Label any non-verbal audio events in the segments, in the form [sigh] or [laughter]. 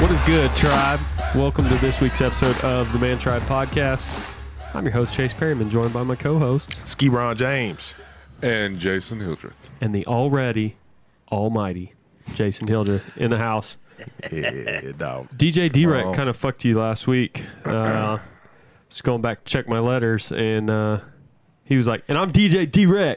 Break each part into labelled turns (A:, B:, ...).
A: What is good, tribe? Welcome to this week's episode of the Man Tribe Podcast. I'm your host, Chase Perryman, joined by my co hosts
B: Ski Ron [laughs] James.
C: and Jason Hildreth.
A: and the already almighty Jason Hilder in the house.
B: Yeah, dog.
A: DJ Drek
C: Oh.
A: kind of fucked you last week. Uh, [coughs] just going back to check my letters, and uh, he was like, "And I'm DJ Drek."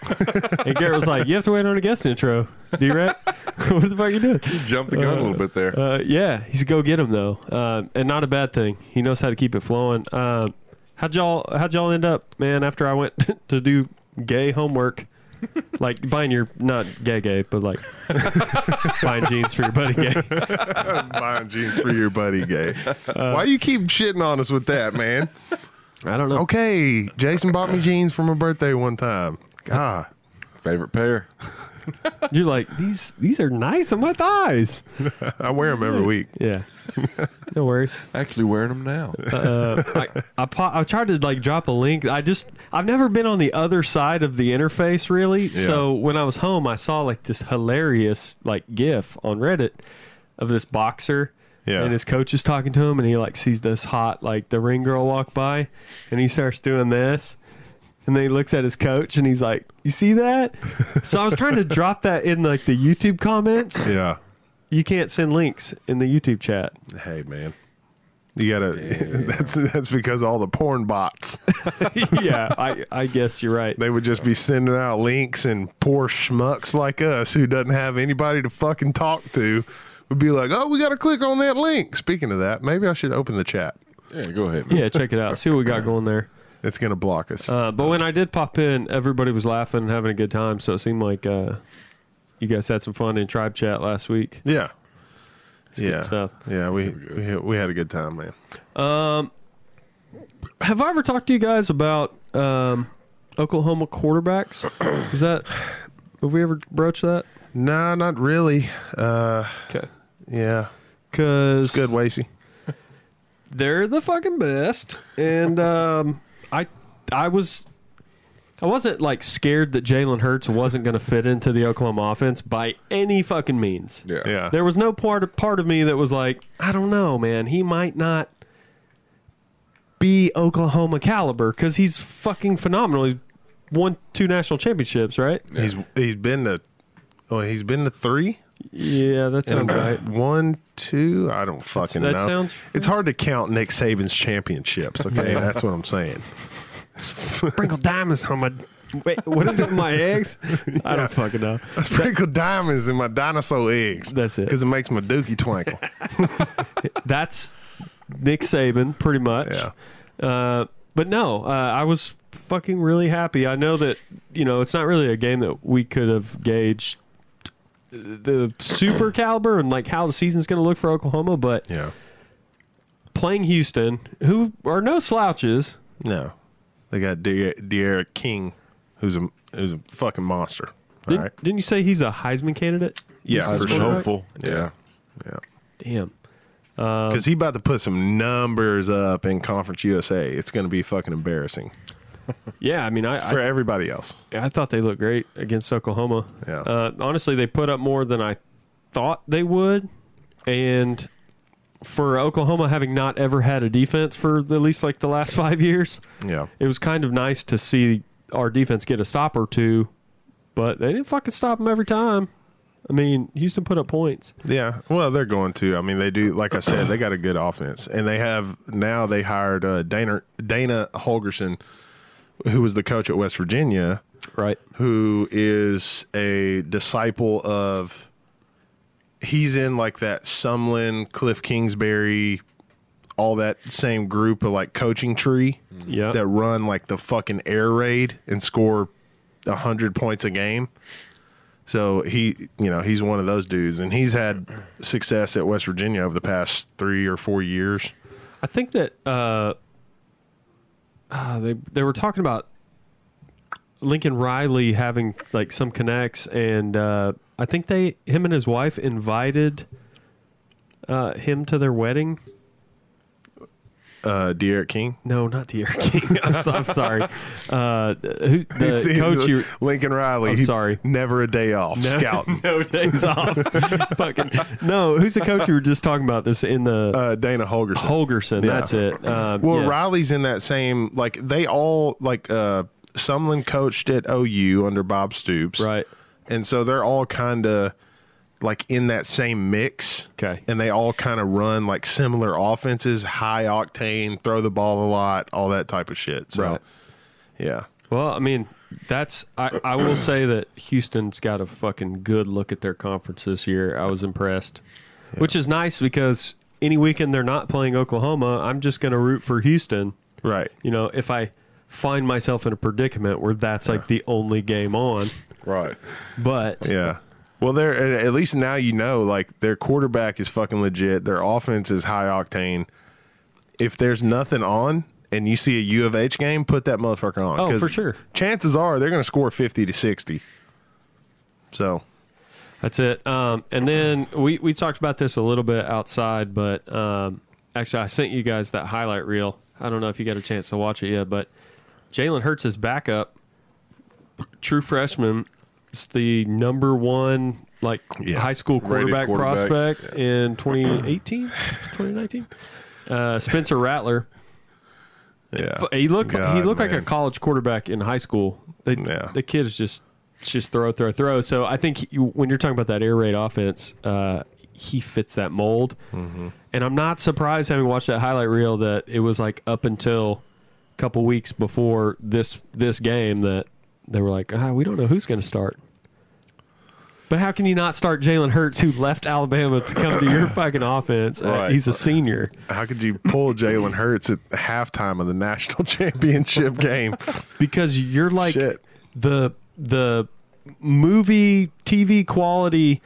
A: [laughs] and Garrett was like, "You have to wait on a guest intro, Drek. [laughs] what the fuck you doing?"
C: Jumped the gun a little bit there.
A: Uh, yeah, he's a go get him though, uh, and not a bad thing. He knows how to keep it flowing. Uh, how'd y'all How'd y'all end up, man? After I went [laughs] to do gay homework, like buying your not gay gay, but like [laughs] buying jeans for your buddy gay.
B: Buying jeans for your buddy, gay. Why you keep shitting on us with that, man?
A: I don't know.
B: Okay, Jason bought me jeans for my birthday one time. God.
C: Favorite pair.
A: You're like these these are nice on my thighs.
B: I wear them every week.
A: Yeah, [laughs] no worries.
C: Actually wearing them now.
A: uh, I I, po- I tried to like drop a link. I just I've never been on the other side of the interface really. So when I was home, I saw like this hilarious like GIF on Reddit of this boxer.
B: Yeah.
A: And his coach is talking to him, and he like sees this hot like the ring girl walk by, and he starts doing this. And then he looks at his coach and he's like, You see that? So I was trying to drop that in like the YouTube comments.
B: Yeah.
A: You can't send links in the YouTube chat.
B: Hey, man. You gotta. [laughs] That's that's because all the porn bots.
A: [laughs] yeah, I, I guess you're right.
B: They would just be sending out links, and poor schmucks like us who doesn't have anybody to fucking talk to would be like, "Oh, we gotta click on that link." Speaking of that, maybe I should open the chat.
C: Yeah, go ahead. Man.
A: Yeah, check it out. See what we got going there.
B: It's gonna block us.
A: Uh, but when I did pop in, everybody was laughing and having a good time. So it seemed like uh, you guys had some fun in tribe chat last week.
B: Yeah. yeah.
A: stuff.
B: Yeah, we, we had- we had a good time, man.
A: Have I ever talked to you guys about um, Oklahoma quarterbacks? Is that have we ever broached that?
B: No, not really. Uh,
A: Okay,
B: yeah,
A: because
B: good, Wacy.
A: they're the fucking best. And um, I I was I wasn't like scared that Jalen Hurts wasn't going to fit into the Oklahoma offense by any fucking means.
C: Yeah.
B: Yeah,
A: There was no part of, part of me that was like, I don't know, man. He might not be Oklahoma caliber because he's fucking phenomenal. He's won two national championships, right?
B: he's he's been to, oh, he's been to three.
A: Yeah, that
B: uh,
A: sounds right.
B: One, two. I don't fucking
A: that
B: know.
A: sounds-
B: it's hard to count Nick Saban's
A: [laughs]
B: championships. Okay, that's what I'm saying.
A: Sprinkle diamonds on my. Wait, what is it? My eggs? I don't fucking know.
B: I sprinkle diamonds in my dinosaur eggs.
A: That's it.
B: Because it makes my
A: [laughs]
B: dookie twinkle.
A: That's Nick Saban, pretty much.
B: Yeah.
A: Uh, but no, uh, I was fucking really happy. I know that you know it's not really a game that we could have gauged the
B: [clears throat]
A: super caliber and like how the season's going to look for Oklahoma, but
B: yeah.
A: playing Houston, who are no slouches,
B: No, they got De- De'Ara King, who's a who's a fucking monster. All
A: didn't,
B: right.
A: didn't you say he's a Heisman candidate?
B: Yeah,
C: Eyes
B: for
C: were
B: sure.
C: Hopeful. Yeah.
B: Yeah.
A: Damn.
B: because he about to put some numbers up in Conference USA. It's going to be fucking embarrassing
A: Yeah, I mean, I, I
B: for everybody else.
A: I thought they looked great against Oklahoma.
B: Yeah.
A: Uh, honestly, they put up more than I thought they would, and for Oklahoma having not ever had a defense for at least like the last [laughs] five years,
B: Yeah,
A: it was kind of nice to see our defense get a stop or two, but they didn't fucking stop them every time. I mean, Houston put up points.
B: yeah. Well, they're going to. I mean, they do. Like I said, they got a good offense, and they have now. They hired uh, Dana Dana Holgerson, who was the coach at West Virginia,
A: Right.
B: who is a disciple of. He's in like that Sumlin, Cliff Kingsbury, all that same group of like coaching tree.
A: Yeah.
B: that run like the fucking air raid and score a hundred points a game. So he, you know, he's one of those dudes, and he's had success at West Virginia over the past three or four years.
A: I think that uh, uh, they they were talking about Lincoln Riley having like some connects, and uh, I think they him and his wife invited uh, him to their wedding.
B: uh, De'Aaron King.
A: No, not the Air King. [laughs] I'm, so, I'm sorry. Uh,
B: [laughs]
A: who,
B: You'd
A: the
B: see him,
A: coach
B: [laughs]
A: you
B: Lincoln Riley.
A: I'm
B: he-
A: sorry.
B: never a day off. Scouting
A: [laughs] no days off. [laughs] Fucking no. Who's the coach you were just talking about? This in the
B: uh, Dana Holgerson.
A: Holgerson.
B: yeah.
A: That's it. Um,
B: Well,
A: yeah.
B: Riley's in that same like they all like uh Sumlin coached at OU under Bob Stoops.
A: Right.
B: And so they're all kind of like in that same mix.
A: Okay.
B: And they all kind of run like similar offenses, high octane, throw the ball a lot, all that type of shit. So
A: Right.
B: yeah.
A: Well, I mean, that's I, I will say that Houston's got a fucking good look at their conference this year. I was impressed, which is nice because any weekend they're not playing Oklahoma, I'm just going to root for Houston.
B: Right.
A: You know, if I find myself in a predicament where that's like the only game on,
C: Right.
A: but
B: Yeah. Well, they're at at least now you know like their quarterback is fucking legit. Their offense is high octane. If there's nothing on and you see a U of H game, put that motherfucker on.
A: Oh,
B: 'cause
A: for sure.
B: Chances are they're going to score fifty to sixty. So
A: That's it. Um, and then we, we talked about this a little bit outside, but um, actually, I sent you guys that highlight reel. I don't know if you got a chance to watch it yet, but Jalen Hurts is backup, true freshman, is the number one like
B: Yeah.
A: high school quarterback,
C: quarterback.
A: prospect in 2018, 2019. Uh, Spencer Rattler.
B: yeah,
A: F- He looked he
B: God,
A: looked like
B: man.
A: a college quarterback in high school. They,
B: Yeah.
A: The kid is just it's just throw, throw, throw. So I think you, when you're talking about that air raid offense, uh, he fits that mold.
B: Mm-hmm.
A: And I'm not surprised, having watched that highlight reel, that it was like up until a couple weeks before this this game that they were like, ah, we don't know who's going to start. But how can you not start Jalen Hurts, who left Alabama to come to your
B: [laughs]
A: fucking offense? Uh,
C: Right.
A: he's a senior.
B: How could you pull Jalen Hurts at halftime of the national [laughs] championship game?
A: because you're like
B: Shit.
A: the the movie TV quality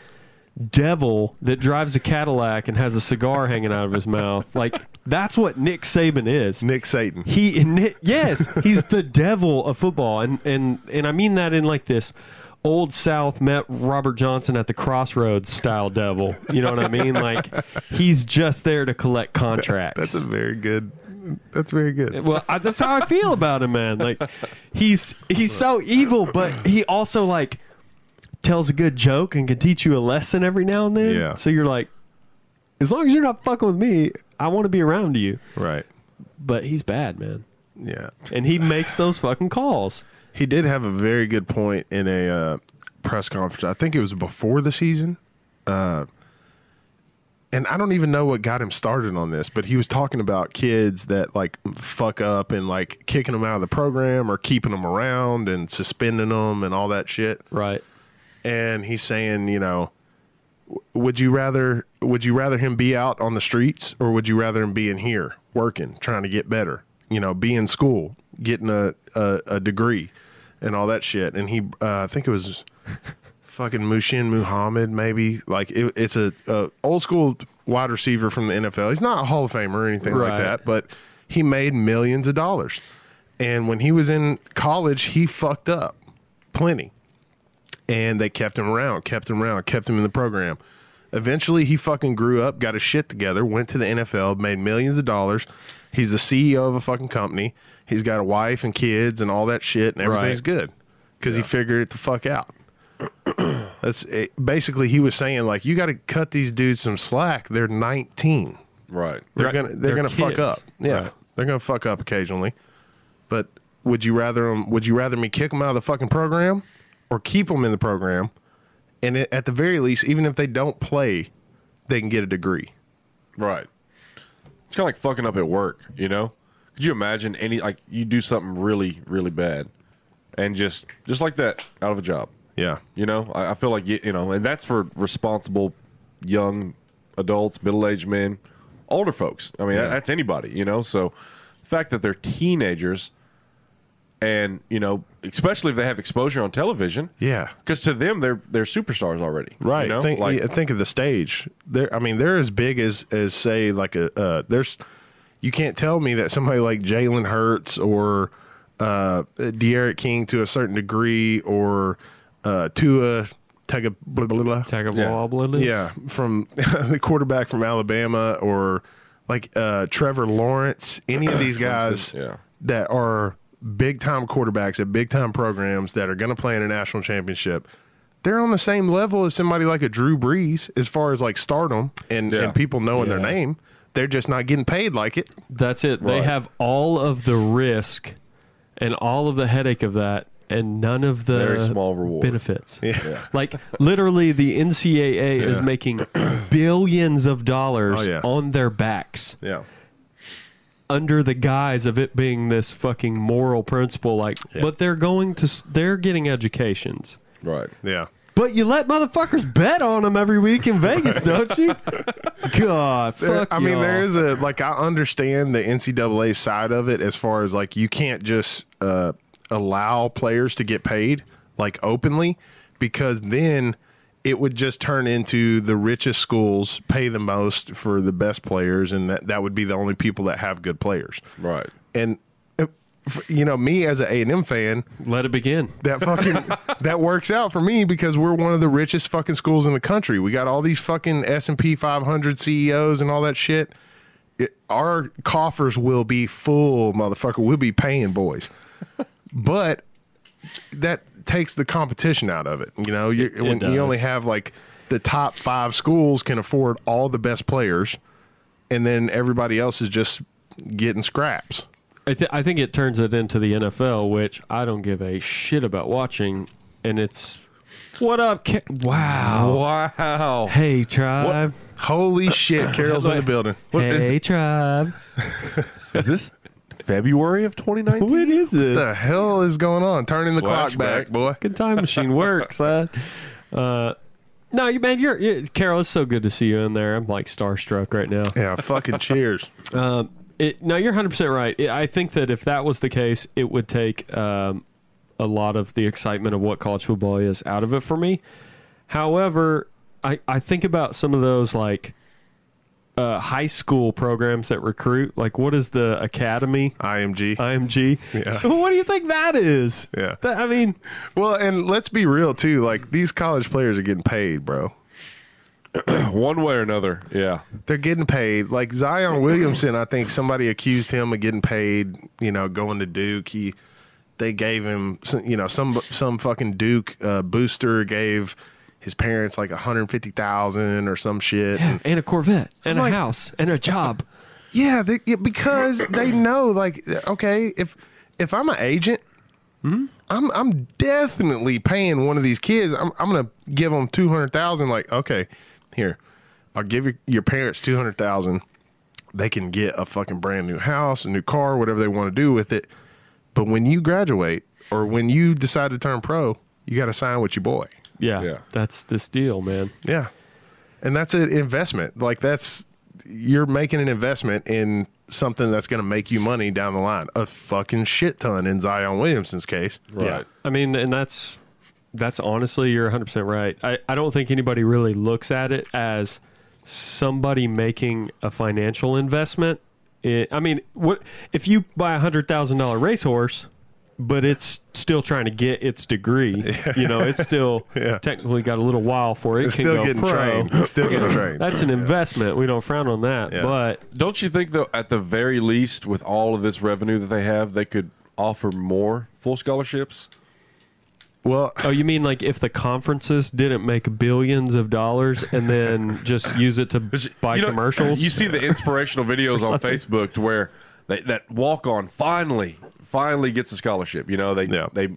A: devil that drives a Cadillac and has a cigar hanging out of his mouth. Like that's what Nick Saban is.
B: Nick Satan.
A: He and Nick, yes, he's the devil of football, and and and I mean that in like this old South met Robert Johnson at the crossroads style devil. You know what I mean? Like he's just there to collect contracts.
B: That's a very good. That's very good.
A: Well, I, that's how I feel about him, man. Like he's he's so evil, but he also like tells a good joke and can teach you a lesson every now and then.
B: Yeah.
A: So you're like, as long as you're not fucking with me, I want to be around you.
B: Right.
A: But he's bad, man,
B: Yeah.
A: and he makes those fucking calls.
B: He did have a very good point in a uh, press conference. I think it was before the season. Uh, and I don't even know what got him started on this, but he was talking about kids that like fuck up and like kicking them out of the program or keeping them around and suspending them and all that shit.
A: Right.
B: And he's saying, you know, w- would you rather would you rather him be out on the streets or would you rather him be in here working, trying to get better? You know, be in school, getting a a, a degree, and all that shit. And he, uh, I think it was [laughs] fucking Mushin Muhammad, maybe. Like it, it's a, a old school wide receiver from the NFL. He's not a Hall of Famer or anything
A: Right.
B: like that, but he made millions of dollars. And when he was in college, he fucked up plenty and they kept him around, kept him around, kept him in the program. Eventually, he fucking grew up, got his shit together, went to the NFL, made millions of dollars. He's the CEO of a fucking company. He's got a wife and kids and all that shit, and everything's
A: Right.
B: good because he figured it the fuck out. That's it, basically he was saying like you got to cut these dudes some slack. They're 19.
C: Right.
B: They're
A: Right.
B: gonna they're,
A: They're
B: gonna fuck
A: kids.
B: up. Yeah,
A: Right.
B: they're gonna fuck up occasionally. But would you rather 'em- Would you rather me kick them out of the fucking program or keep them in the program? And it, at the very least, even if they don't play, they can get a degree.
C: Right. It's kind of like fucking up at work, you know? Could you imagine any like you do something really, really bad, and just just like that out of a job?
B: Yeah,
C: You know, I, I feel like you, you know, and that's for responsible young adults, middle-aged men, older folks. I mean, that- that's anybody. You know, so the fact that they're teenagers, and you know, especially if they have exposure on television,
B: yeah,
C: because to them they're they're superstars already. you
B: right.
C: know?
B: think,
C: like,
B: yeah, think of the stage. They're, I mean, they're as big as as say like a uh, there's. You can't tell me that somebody like Jalen Hurts or uh, De'Aaron King to a certain degree or uh, Tua Tega blah blah blah.
A: Tag a
C: Yeah.
A: wobble in it.
B: [laughs] Yeah, from the quarterback from Alabama or like uh, Trevor Lawrence, any
C: [clears throat]
B: of these guys
C: yeah.
B: that are big time quarterbacks at big time programs that are going to play in a national championship, they're on the same level as somebody like a Drew Brees as far as like stardom and,
C: Yeah.
B: and people knowing their
C: Yeah.
B: name. They're just not getting paid like it.
A: That's it. They
C: Right.
A: have all of the risk and all of the headache of that, and none of the
C: Very small reward.
A: benefits.
C: Yeah.
A: [laughs] Like literally, the NCAA is
B: Yeah.
A: making billions of dollars
B: Oh, yeah.
A: on their backs
B: Yeah.
A: under the guise of it being this fucking moral principle. Like,
B: Yeah.
A: but they're going to, s- they're getting educations.
C: Right.
B: Yeah.
A: But you let motherfuckers bet on them every week in Vegas, don't
B: [laughs]
A: you? God,
B: There-
A: fuck.
B: I mean,
A: y'all.
B: there is a like I understand the NCAA side of it as far as like you can't just uh, allow players to get paid like openly because then it would just turn into the richest schools pay the most for the best players and that that would be the only people that have good players.
C: Right.
B: And uh, f- you know, me as an A&M fan,
A: Let it begin. [laughs]
B: that fucking that works out for me because we're one of the richest fucking schools in the country. We got all these fucking S and P 500 CEOs E and all that shit. It, our coffers will be full, motherfucker. We'll be paying boys, but that takes the competition out of it. You know, you
A: It- it
B: when you only
A: does.
B: have like the top five schools can afford all the best players, and then everybody else is just getting scraps.
A: I, th- I think it turns it into the NFL, which I don't give a shit about watching. And it's what up? Ca- wow.
C: Wow.
A: Hey tribe. [laughs]
B: Holy shit, Carol's in the building.
C: What is
A: hey tribe.
C: is this February of 2019?
A: What is this?
B: the hell is going on? Turning the clock back,
C: Flashback.
B: boy.
A: [laughs] Fucking time machine works. huh? Uh, no, you man, you're, you Carol. It's so good to see you in there. I'm like starstruck right now.
B: Yeah, fucking [laughs] cheers.
A: It, no, you're 100 percent right. It, I think that if that was the case, it would take um, a lot of the excitement of what college football is out of it for me. However, I, I think about some of those like uh, high school programs that recruit. Like, what is the academy?
B: IMG.
A: IMG.
B: Yeah.
A: [laughs] What do you think that is?
B: Yeah.
A: That- I mean,
B: well, and let's be real too. Like these college players are getting paid, bro.
C: One way or another. Yeah.
B: They're getting paid. Like Zion Williamson, I think somebody accused him of getting paid. You know, going to Duke. He, they gave him, some, you know, some some fucking Duke uh, booster gave his parents like a hundred fifty thousand or some shit.
A: yeah, and a Corvette, and
B: I'm
A: a
B: like-
A: house, and a
B: [laughs]
A: job.
B: Yeah, they, yeah, because they know, like, okay, if if I'm an agent, I'm I'm definitely paying one of these kids. I'm I'm gonna give them two hundred thousand. Like, okay, here, I'll give your, your parents two hundred thousand. They can get a fucking brand new house, a new car, whatever they want to do with it. But when you graduate or when you decide to turn pro, you got to sign with your boy.
A: Yeah,
C: Yeah.
A: that's this deal, man.
B: Yeah. And that's an investment. Like that's you're making an investment in something that's going to make you money down the line. A fucking shit ton in Zion Williamson's case.
A: Yeah. I mean, and that's that's honestly you're 100% right. I, I don't think anybody really looks at it as somebody making a financial investment. It, I mean, what if you buy a $100,000 racehorse but it's still trying to get its
B: [laughs]
A: degree. You know, it's still
B: Yeah.
A: technically got a little while for it.
B: It's
A: can
B: still
A: go
B: getting
A: pro.
B: trained. It's still
A: [laughs]
B: getting trained.
A: That's
B: [laughs]
A: an investment. We don't frown on that.
B: Yeah.
A: But
C: Don't you think though, at the very least, with all of this revenue that they have, they could offer more full scholarships?
B: well,
A: Oh, you mean like if the conferences didn't make billions of dollars and then just use it to
C: [laughs]
A: buy
C: You know,
A: commercials?
C: You see
A: [laughs]
C: the inspirational videos on Facebook to where they, that walk on finally, finally gets a scholarship. You know, they
B: Yeah.
C: they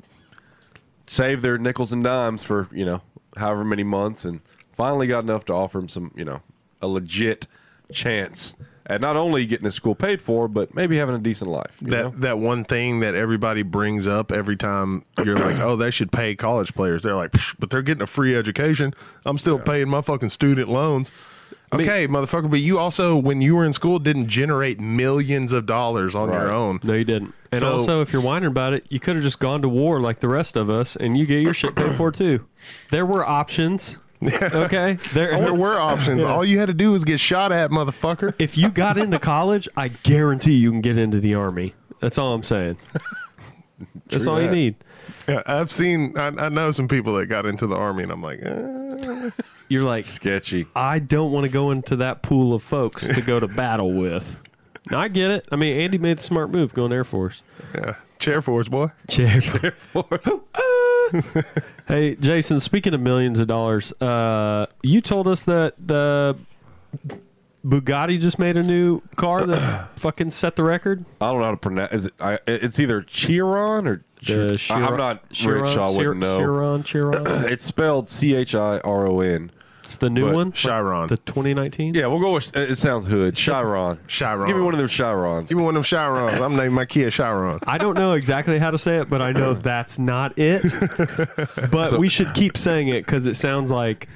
C: save their nickels and dimes for you know however many months, and finally got enough to offer them some you know a legit chance at not only getting his school paid for, but maybe having a decent life. You
B: that
C: know?
B: that one thing that everybody brings up every time you're like, "Oh, they should pay college players." They're like, "Psh, "But they're getting a free education. I'm still paying my fucking student loans."
A: mean-
B: Okay, motherfucker, but you also when you were in school didn't generate millions of dollars on your
C: Right.
B: own.
A: no, you didn't. And
B: So-
A: also, if you're whining about it, you could have just gone to war like the rest of us, and you get your shit paid for too. There were
C: [laughs]
A: options. Okay, there,
B: [laughs] There were options. All you had to do was get shot at, motherfucker. [laughs]
A: If you got into college, I guarantee you can get into the army. That's all I'm
C: [laughs]
A: saying. That's
C: True
A: all you
C: that.
A: need.
B: Yeah, I've seen. I, I know some people that got into the army, and I'm like, eh.
A: you're like,
C: Sketchy.
A: I don't want to go into that pool of folks to go to battle with. Now, I get it. I mean, Andy made the smart move going Air Force.
B: Yeah. Chair forwards, boy.
A: [laughs] Chair hey, Jason, speaking of millions of dollars, uh, you told us that the Bugatti just made a new car that fucking set the record.
C: I don't know how to pronounce. Is it? I, it's either Chiron or.
A: The
C: Chir- I- I'm
A: Chiron-
C: not
A: Chiron-
C: Rich. Shaw
A: Chir-
C: wouldn't know.
A: Chiron, Chiron.
C: [clears throat] It's spelled C H I R O N.
A: It's the new
C: But
A: one?
B: Chiron.
A: The 2019?
C: Yeah, we'll go with. It sounds [laughs] hood. Chiron.
B: Chiron.
C: Give me one of them Chirons.
B: Even one of them Chirons. I'm naming my Kia Chiron.
A: I don't know exactly how to say it, but I
C: [laughs]
A: know that's not it. But we should keep saying it because it sounds like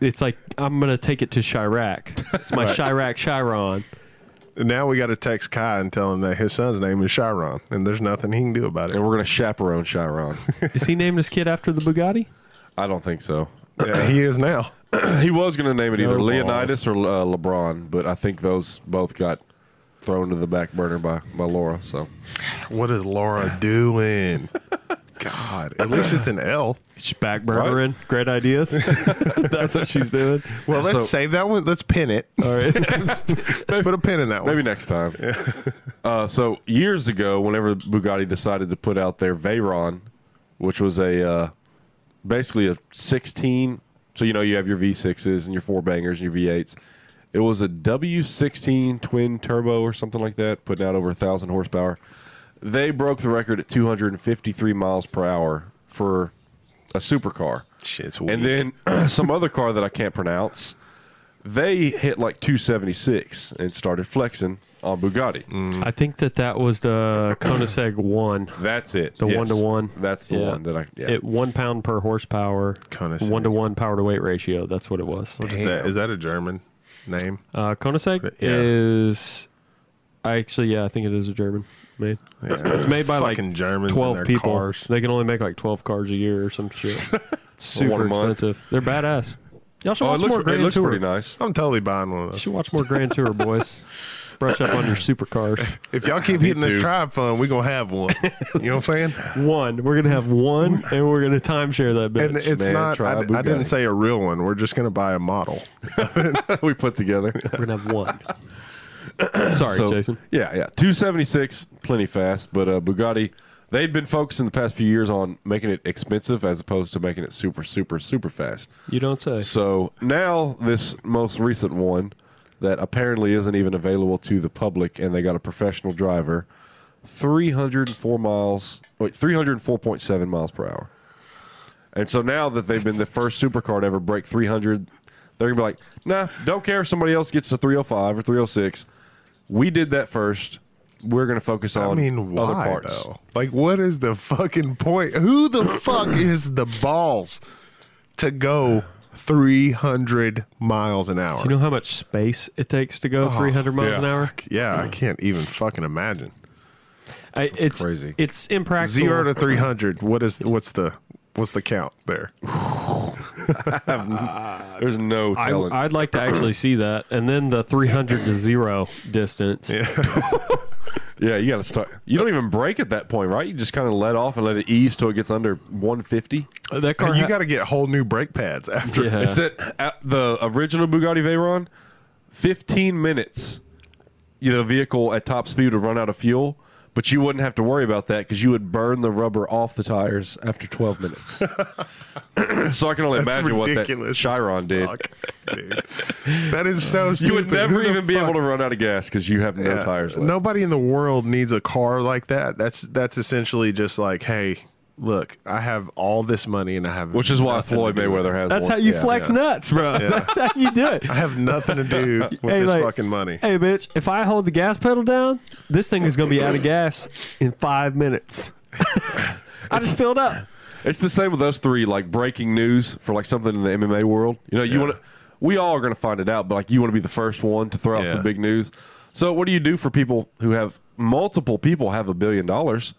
A: it's like I'm gonna take it to Chirac. It's my Chirac Chiron.
B: And now we got to text Kai and tell him that his son's name is Chiron, and there's nothing he can do about it.
C: And we're gonna
A: [laughs]
C: chaperone Chiron.
A: Is he named his kid after the Bugatti?
C: I don't think so.
B: Yeah, he is now.
C: He was gonna name it either
A: balls.
C: Leonidas or uh, LeBron, but I think those both got thrown to the back burner by by Laura. So
B: What is Laura doing? God, at least it's an L.
A: She's backburnering. Great
C: [laughs]
A: ideas. that's what she's doing.
B: Well, let's
C: So-
B: save that one. Let's pin it.
A: All right.
B: Let's put a pin in that one.
C: Maybe next time. [laughs] Uh, so years ago, whenever Bugatti decided to put out their Veyron, which was a uh, basically a 16. So you know you have your V6s and your four bangers and your V8s. It was a W16 twin turbo or something like that, putting out over thousand horsepower. They broke the record at 253 miles per hour for a supercar.
B: Shit's
C: And
B: weak.
C: then [clears throat] some other car that I can't pronounce, they hit like 276 and started flexing on
A: [laughs]
C: Bugatti.
A: I think that that was the Koenigsegg one.
C: That's it.
A: The
C: Yes.
A: one to one.
C: That's the one that I. Yeah.
A: It one pound per horsepower.
B: Koenigsegg.
A: One to one power to weight ratio. That's what it was.
B: What is that? Is that a German name?
A: Uh, Koenigsegg
B: Yeah.
A: is I actually yeah I think it is a German made. It's made by like
B: Fucking Germans and
A: twelve
B: their
A: people.
B: cars.
A: They can only make like twelve cars a year or some shit.
C: [laughs]
A: It's
C: One
A: Super
C: a month.
A: expensive. They're badass. Y'all should
C: oh, it
A: watch
C: looks,
A: more
C: it
A: Grand
C: looks
A: Tour.
C: pretty nice. [laughs]
B: I'm totally buying one of
A: You
B: those.
A: should watch more Grand Tour, boys. Brush up on your
C: [laughs]
A: supercars.
B: If y'all keep hitting
C: too.
B: this tribe fund, we're gonna have one. You know what I'm saying?
A: One, we're gonna have one, and we're gonna timeshare that bitch.
B: And it's
C: man,
B: not. I,
C: tribe
B: I didn't
C: Bugatti.
B: say a real one. We're just gonna buy a model.
C: we put together.
A: we're gonna have
C: [laughs]
A: one. Sorry,
C: So,
A: Jason.
C: Yeah, yeah. 276, plenty fast. But uh, Bugatti, they'd been focusing the past few years on making it expensive as opposed to making it super, super, super fast.
A: You don't say.
C: So now this most recent one that apparently isn't even available to the public, and they got a professional driver, three hundred and four miles, wait, three hundred and four point seven miles per hour. And so now that they've been the first supercar to ever break three hundred, they're gonna be like, nah, don't care if somebody else gets to three hundred five or three hundred six. We did that first. We're gonna focus on
B: I mean,
C: other
B: why
C: parts.
B: though? Like, what is the fucking point? Who the fuck is the balls to go 300 miles an hour?
A: Do you know how much space it takes to go 300 miles
C: Oh, yeah.
A: an hour?
B: yeah, I can't even fucking imagine.
A: I, it's
C: crazy.
A: It's impractical.
B: Zero to 300. What is what's the what's the count there?
C: There's no
A: I,
C: telling.
A: would like to actually see that, and then the 300 to zero distance.
C: Yeah, you got to start. You don't even break at that point, right? You just kind of let off and let it ease till it gets under 150.
A: That car,
B: And you
A: ha-
B: got to get whole new brake pads after.
A: Yeah.
C: It said at the original Bugatti Veyron, 15 minutes, you know, vehicle at top speed would run out of fuel, but you wouldn't have to worry about that because you would burn the rubber off the tires after
B: [laughs]
C: 12 minutes. [clears throat] so I can only
B: That's
C: imagine what that
B: ridiculous.
C: Chiron did.
B: Fuck, dude. That is so stupid.
C: [laughs] You would
B: Who
C: never
B: the
C: even be
B: fuck-
C: able to run out of gas because you have no
B: Yeah.
C: tires left.
B: Nobody in the world needs a car like that. That's that's essentially just like, hey, look, I have all this money and I have
C: Which is why
B: nothing to
C: Floyd
B: do with
C: Mayweather has
A: that's
C: one.
A: how you
C: Yeah.
A: flex nuts, bro. [laughs] That's how you do it.
B: I have nothing to do [laughs]
C: [laughs]
B: with
A: Hey,
B: this
A: like-
B: fucking money.
A: Hey, bitch, if I hold the gas pedal down, this thing is going to be out of gas in five minutes. [laughs] I just filled up.
C: It's the same with us three, like breaking news for like something in the MMA world. You know, you want to, we all are going to find it out, but like you want to be the first one to throw out
B: Yeah.
C: some big news. So, what do you do for people who have multiple people have a billion dollars,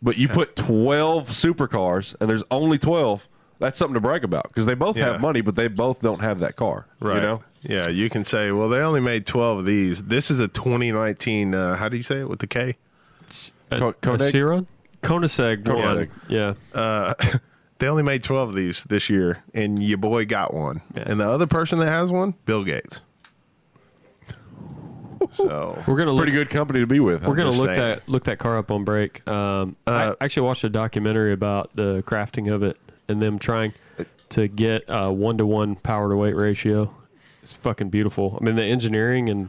C: but you
B: [laughs]
C: put 12 supercars and there's only 12? That's something to brag about because they both
B: Yeah.
C: have money, but they both don't have that car. You know?
B: Yeah, you can say, well, they only made 12 of these. This is a 2019, uh, how do you say it with the K?
C: Co- Koenig?
A: Ciron? Koenigsegg.
C: Koenigsegg.
A: One. Yeah.
B: They only made 12 of these this year, and your boy got one.
A: Yeah.
B: And the other person that has one, Bill Gates. So
A: We're gonna look,
C: Pretty good company to be with. huh?
A: We're gonna
B: just
A: look
B: saying.
A: that look that car up on break. Um,
B: Uh,
A: I actually watched a documentary about the crafting of it and them trying to get a one to one power to weight ratio. It's fucking beautiful. I mean, the engineering and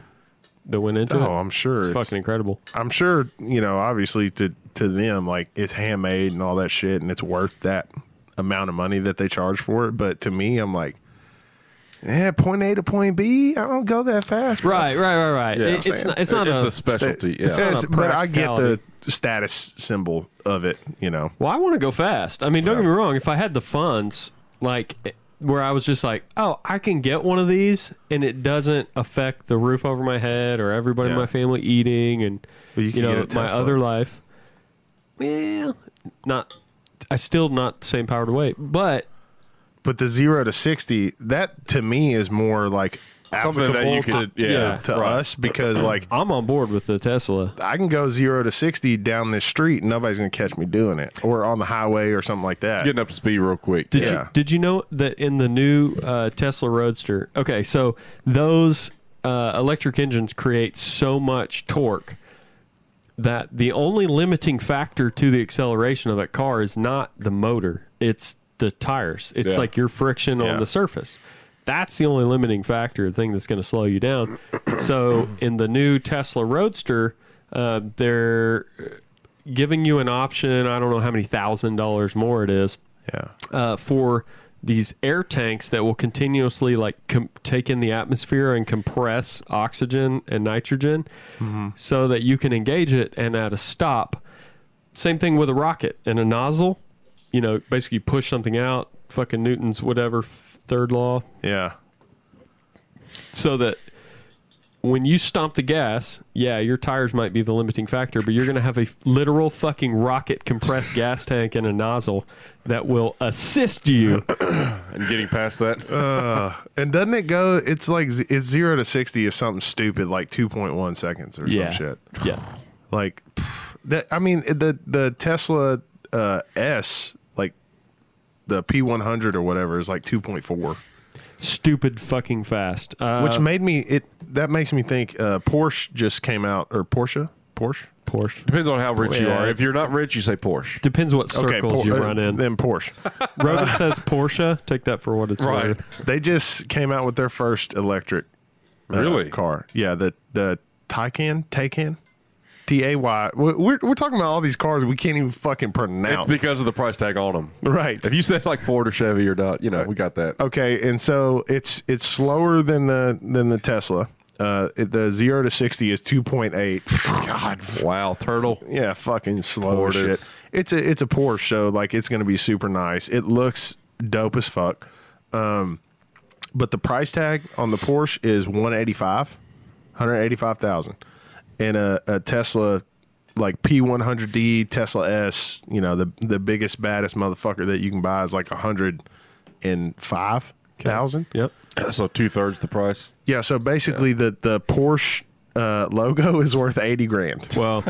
A: that went into
B: Oh,
A: it.
B: I'm sure
A: it's,
B: it's-
A: fucking incredible.
B: I'm sure, you know, obviously to, to them, like it's handmade and all that shit, and it's worth that amount of money that they charge for it. But to me, I'm like, yeah, point A to point B, I don't go that fast. bro.
A: Right, right, right, right.
C: Yeah.
A: It- it's not. It's
C: It-
A: not
C: it's
A: a.
C: a specialty.
B: It's-
C: yeah.
B: it's- but I get the
A: practicality.
B: status symbol of it, you know.
A: well, I want to go fast. I mean, don't get me wrong. If I had the funds, like eh, where I was just like, oh, I can get one of these, and it doesn't affect the roof over my head or everybody in
B: Yeah.
A: my family eating and
B: But you
A: you,
B: can
A: know
B: get a
A: my
B: Tesla.
A: other life. Well, not. I still not the same power to weight, but
B: But the zero to sixty, that to me is more like
C: Something that
B: applicable
C: you could-
B: to,
C: yeah,
B: to, to
C: right.
B: us because like
A: I'm on board with the Tesla.
B: I can go zero to sixty down this street and nobody's gonna catch me doing it. Or on the highway or something like that.
C: Getting up to speed real quick.
A: Did
B: Yeah.
A: you did you know that in the new uh, Tesla Roadster? Okay, so those uh, electric engines create so much torque that the only limiting factor to the acceleration of that car is not the motor; it's the tires. It's
C: Yeah.
A: like your friction
B: Yeah.
A: on the surface. That's the only limiting factor, the thing that's going to slow you
B: [clears throat]
A: down. so in the new Tesla Roadster, uh, they're giving you an option. I don't know how many thousand dollars more it is
B: yeah.
A: uh, for these air tanks that will continuously like com- take in the atmosphere and compress oxygen and nitrogen so that you can engage it and at a stop same thing with a rocket and a nozzle you know basically you push something out fucking newton's whatever f- third law
B: Yeah.
A: so that when you stomp the gas, yeah, your tires might be the limiting factor, but you're going to have a f- literal fucking rocket compressed gas tank and a nozzle that will assist you.
C: And getting past that.
A: Uh,
B: And doesn't it go? It's like z- it's zero to sixty is something stupid, like two point one seconds or
A: yeah.
B: some shit.
A: Yeah.
B: Like pff, that. I mean, the the Tesla uh, S, like the P one hundred or whatever, is like two point four,
A: Stupid fucking fast. Uh,
B: which made me it. That makes me think uh, Porsche just came out or Porsche, Porsche.
A: Porsche.
C: Depends on how rich you
A: Yeah.
C: are. If you're not rich, you say Porsche.
A: Depends what circles
B: Por-
A: you
B: uh,
A: run in.
B: Then
C: [laughs]
B: Porsche.
A: Roman says Porsche. Take that for what it's
C: Right.
A: worth.
B: they just came out with their first electric uh,
C: Really?
B: car. Yeah, the the Taycan, Taycan, T A Y. We're we're we're talking about all these cars we can't even fucking
C: It's
B: pronounce.
C: because of the price tag on them.
B: right.
C: If you said like Ford or Chevy or not, you know, we got that.
B: Okay, and so it's it's slower than the than the Tesla. Uh, it, the zero to sixty is two point eight. God, f-
C: Wow, turtle.
B: yeah, fucking slow as
C: Tortoise.
B: shit. It's a it's a Porsche, so like it's gonna be super nice. It looks dope as fuck. Um, but the price tag on the Porsche is 185, 185,000. and a, a Tesla like P100D Tesla S, you know, the the biggest baddest motherfucker that you can buy is like 105,000.
A: Yep.
C: So two thirds the price.
B: Yeah, so basically the the Porsche uh, logo [laughs] is worth 80 grand.
A: Well,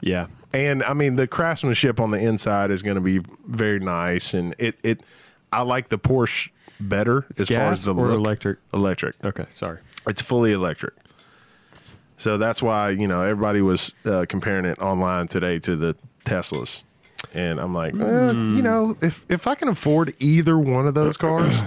A: yeah.
B: And I mean the craftsmanship on the inside is going to be very nice and it it I like the Porsche better as far
A: Gas
B: as the
A: or
B: look.
A: electric.
B: electric.
A: Okay. Sorry.
B: It's fully electric. So that's why, you know, everybody was uh, comparing it online today to the Teslas. And I'm like, well,
A: Mm.
B: you know, if, if I can afford either one of
A: [clears throat]
B: those cars,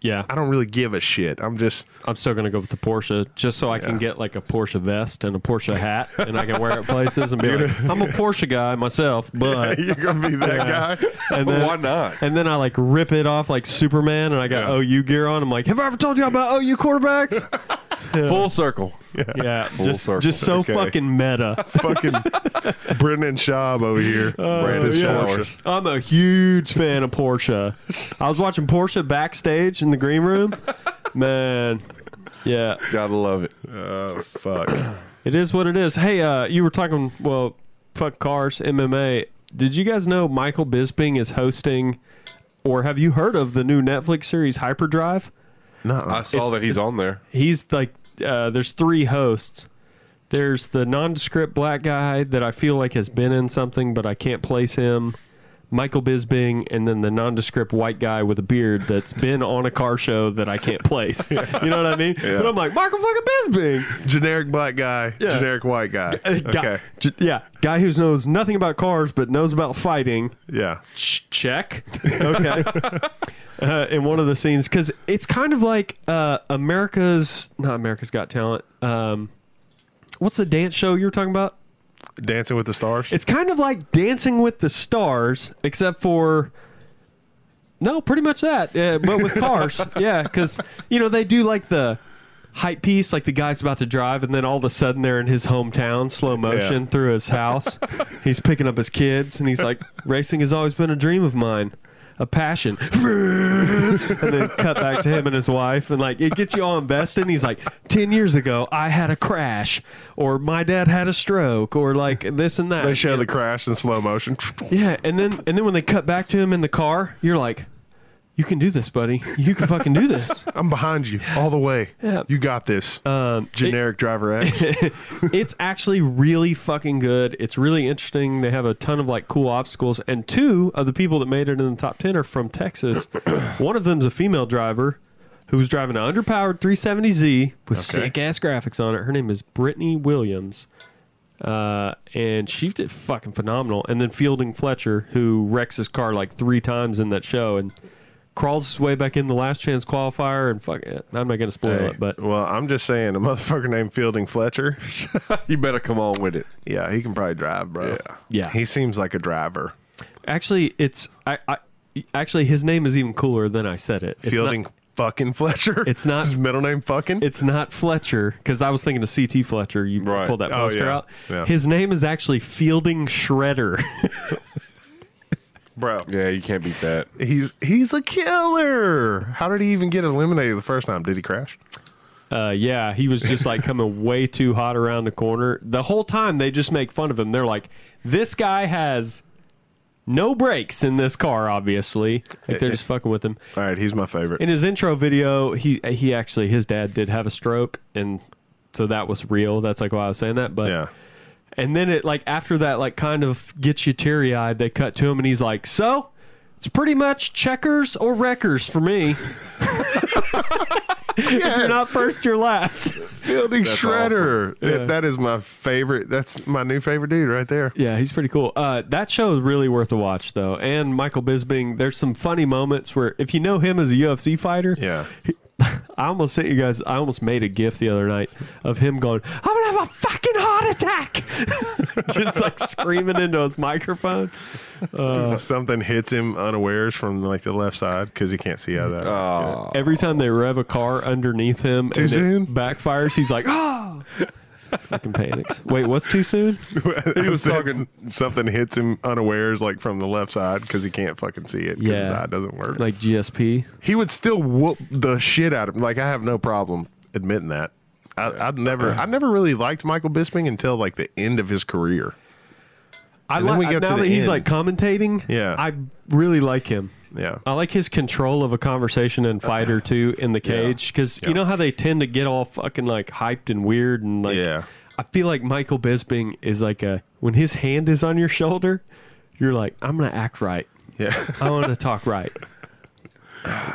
A: Yeah.
B: I don't really give a shit. I'm just, [laughs]
A: I'm still gonna go with the Porsche just so I can get like a Porsche vest and a Porsche hat and I can wear it places and be like, I'm a Porsche guy myself,
B: [laughs]
A: but
B: you're going to be that guy.
A: and
C: Why
A: then
C: not?
A: and then I like rip it off like Superman and I got
C: Yeah.
A: OU gear on. I'm like, have I ever told you about OU quarterbacks?
B: [laughs]
C: Full circle.
A: yeah, just
C: circle.
A: just so
B: Okay.
A: fucking meta.
B: Fucking
A: [laughs]
B: Brendan Schaub over here.
A: Uh,
C: Brandon
B: This
C: yeah.
B: Porsche.
C: Showers.
A: I'm a huge fan of Porsche. I was watching Porsche backstage in the green room. Man, yeah,
C: Gotta love it.
B: Oh, fuck.
A: It is what it is. Hey, uh, you were talking well, fuck cars, MMA. Did you guys know Michael Bisping is hosting, or have you heard of the new Netflix series Hyperdrive?
C: I
B: No.
C: saw that he's on there. [laughs]
A: He's like, uh, there's three hosts. There's the nondescript black guy that I feel like has been in something, but I can't place him. Michael Bisbing, and then the nondescript white guy with a beard that's been on a car show that I can't place. You know what I mean? But I'm like Michael fucking Bisbing,
B: generic black guy,
A: Yeah.
B: generic white guy.
A: A guy,
B: Okay.
A: j- yeah, guy who knows nothing about cars but knows about fighting.
B: Yeah.
A: Ch- check. Okay. [laughs] uh, in one of the scenes, because it's kind of like uh, America's, not America's Got Talent. Um, what's the dance show you were talking about?
B: Dancing with the Stars.
A: It's kind of like Dancing with the Stars, except for. No, pretty much that, uh, but with
B: [laughs]
A: cars. yeah, because, you know, they do like the hype piece, like the guy's about to drive, and then all of a sudden they're in his hometown, slow motion
B: Yeah.
A: through his
B: [laughs]
A: house. he's picking up his kids, and he's like, Racing has always been a dream of mine. A passion, and then cut back to him and his wife, and like it gets you all invested. And he's like, 10 years ago, I had a crash, or my dad had a stroke, or like this and that.
B: they show the crash in slow motion. [laughs]
A: Yeah, and then and then when they cut back to him in the car, you're like, "You can do this, buddy. You can fucking do this."
B: I'm behind you all the way. You got this.
A: Um,
B: generic driver
A: [laughs]
B: X.
A: it's actually really fucking good. It's really interesting. They have a ton of like cool obstacles, and two of the people that made it in the top ten are from Texas. One of them's a female driver who was driving an underpowered 370Z with sick ass graphics on it. Her name is Brittany Williams. Uh, and she did fucking phenomenal. And then Fielding Fletcher, who wrecks his car like three times in that show and crawls his way back in the last chance qualifier and fuck it. I'm not gonna spoil
B: Hey,
A: it, but
B: well, I'm just saying a motherfucker named Fielding Fletcher. [laughs]
C: You better come on with it.
B: yeah, he can probably drive, bro.
C: Yeah.
A: Yeah.
B: He seems like a driver.
A: Actually, it's I, I actually his name is even cooler than I said it. It's
B: Fielding
A: Not,
B: fucking Fletcher.
A: It's not-
B: [laughs] his middle name fucking.
A: it's not Fletcher because I was thinking of CT Fletcher. You
C: Right.
A: pulled that
B: Oh,
A: poster
B: yeah.
A: out.
B: Yeah.
A: His name is actually Fielding Shredder. [laughs]
B: bro.
C: Yeah, you can't beat that.
B: He's he's a killer. How did he even get eliminated the first time? Did he crash?
A: uh, yeah, he was just like coming way too hot around the corner. The whole time they just make fun of him. They're like, this guy has no brakes in this car. Obviously, like they're just fucking with him.
B: All right, he's my favorite.
A: in his intro video, he he actually his dad did have a stroke, and so that was real. That's like why I was saying that. But
B: yeah.
A: and then it like after that like kind of gets you teary eyed. They cut to him and he's like, so it's pretty much checkers or wreckers for me.
B: Yes.
A: You're not first, you're last.
B: [laughs] Fielding
C: That's
B: Shredder. That-
A: Yeah.
B: that is my favorite. That's my new favorite dude right there.
A: yeah, he's pretty cool. Uh, that show is really worth a watch though. And Michael Bisping, there's some funny moments where if you know him as a UFC fighter,
B: Yeah.
A: [laughs] I almost sent you guys. I almost made a gif the other night of him going, "I'm gonna have a fucking heart attack," [laughs] just like screaming into his microphone.
B: Uh, Something hits him unawares from like the left side because he can't see out of that. [laughs]
C: Oh,
A: Every time they rev a car underneath him
B: Too
A: and
B: soon?
A: it backfires, he's like, "Oh!" fucking panics. Wait, what's too soon?
B: he was talking. Something hits him unawares, like from the left side, because he can't fucking see it. 'cause his
A: Yeah.
B: eye doesn't work.
A: Like GSP.
B: he would still whoop the shit out of him. Like I have no problem admitting that. I, I'd never, I never really liked Michael Bisping until like the end of his career.
A: I
B: And then
A: like
B: we get
A: now
B: to
A: that
B: the
A: he's
B: end.
A: like commentating.
B: Yeah.
A: I really like him.
B: Yeah.
A: I like his control of a conversation in Fight
B: [clears throat]
A: or Two in the cage because you know how they tend to get all fucking like hyped and weird and like.
B: Yeah.
A: I feel like Michael Bisping is like a when his hand is on your shoulder, you're like, I'm gonna act right.
B: Yeah, [laughs]
A: I want to talk right.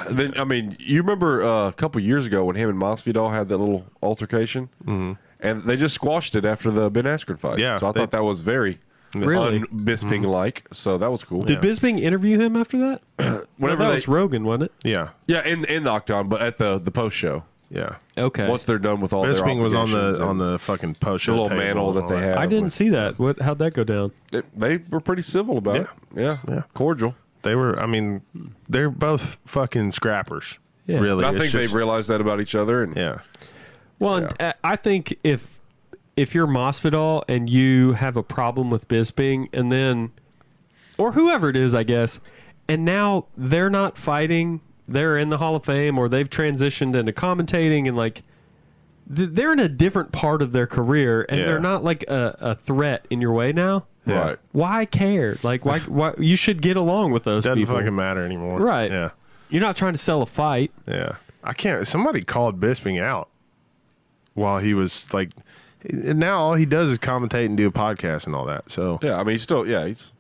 C: then I mean, you remember uh, a couple years ago when him and Masvidal had that little altercation, mm-hmm. and they just squashed it after the Ben Askren fight.
B: Yeah,
C: so I
B: they-
C: thought that was very
A: Really?
C: Bisping like. So that was cool.
A: Did Bisping interview him after that?
B: [clears throat]
C: Whenever
A: that
C: they-
A: was Rogan, wasn't it?
B: yeah,
C: yeah, in in the octagon, but at the the post show.
B: yeah.
A: Okay.
C: Once they're done with all their
B: Bisping was on
C: obligations
B: the
C: and-
B: on the fucking post
C: little mantle that they had.
A: I didn't see that. What? How'd that go down?
C: they, they were pretty civil about it. Yeah,
B: Yeah.
C: cordial.
B: They were. I mean, they're both fucking scrappers.
A: Yeah.
B: Really,
C: I
B: It's
C: think
B: just-
C: they realized that about each other, and
B: Yeah,
A: Well, and, uh, I think if if you're Mosfidal and you have a problem with Bisping, and then or whoever it is, I guess, and now they're not fighting, they're in the Hall of Fame, or they've transitioned into commentating, and like th- they're in a different part of their career, and
B: Yeah.
A: they're not like a, a threat in your way now.
B: Yeah.
C: right.
A: Why care? Like why? Why you should get along with those
B: doesn't
A: people?
B: fucking matter anymore.
A: Right.
B: Yeah.
A: You're not trying to sell a fight.
B: Yeah. I can't. Somebody called Bisping out while he was like. and Now all he does is commentate and do a podcast and all that. So
C: Yeah, I mean, he's still yeah, he's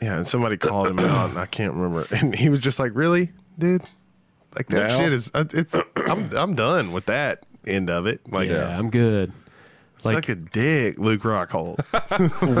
B: Yeah, and somebody called him out, and I can't remember. And he was just like, "Really, dude? Like that
C: Now?
B: shit is uh, it's I'm I'm done with that end of it. Like,
A: Yeah, I'm good.
B: suck
A: like-
B: a dick, Luke
C: [laughs]
B: Rockhold.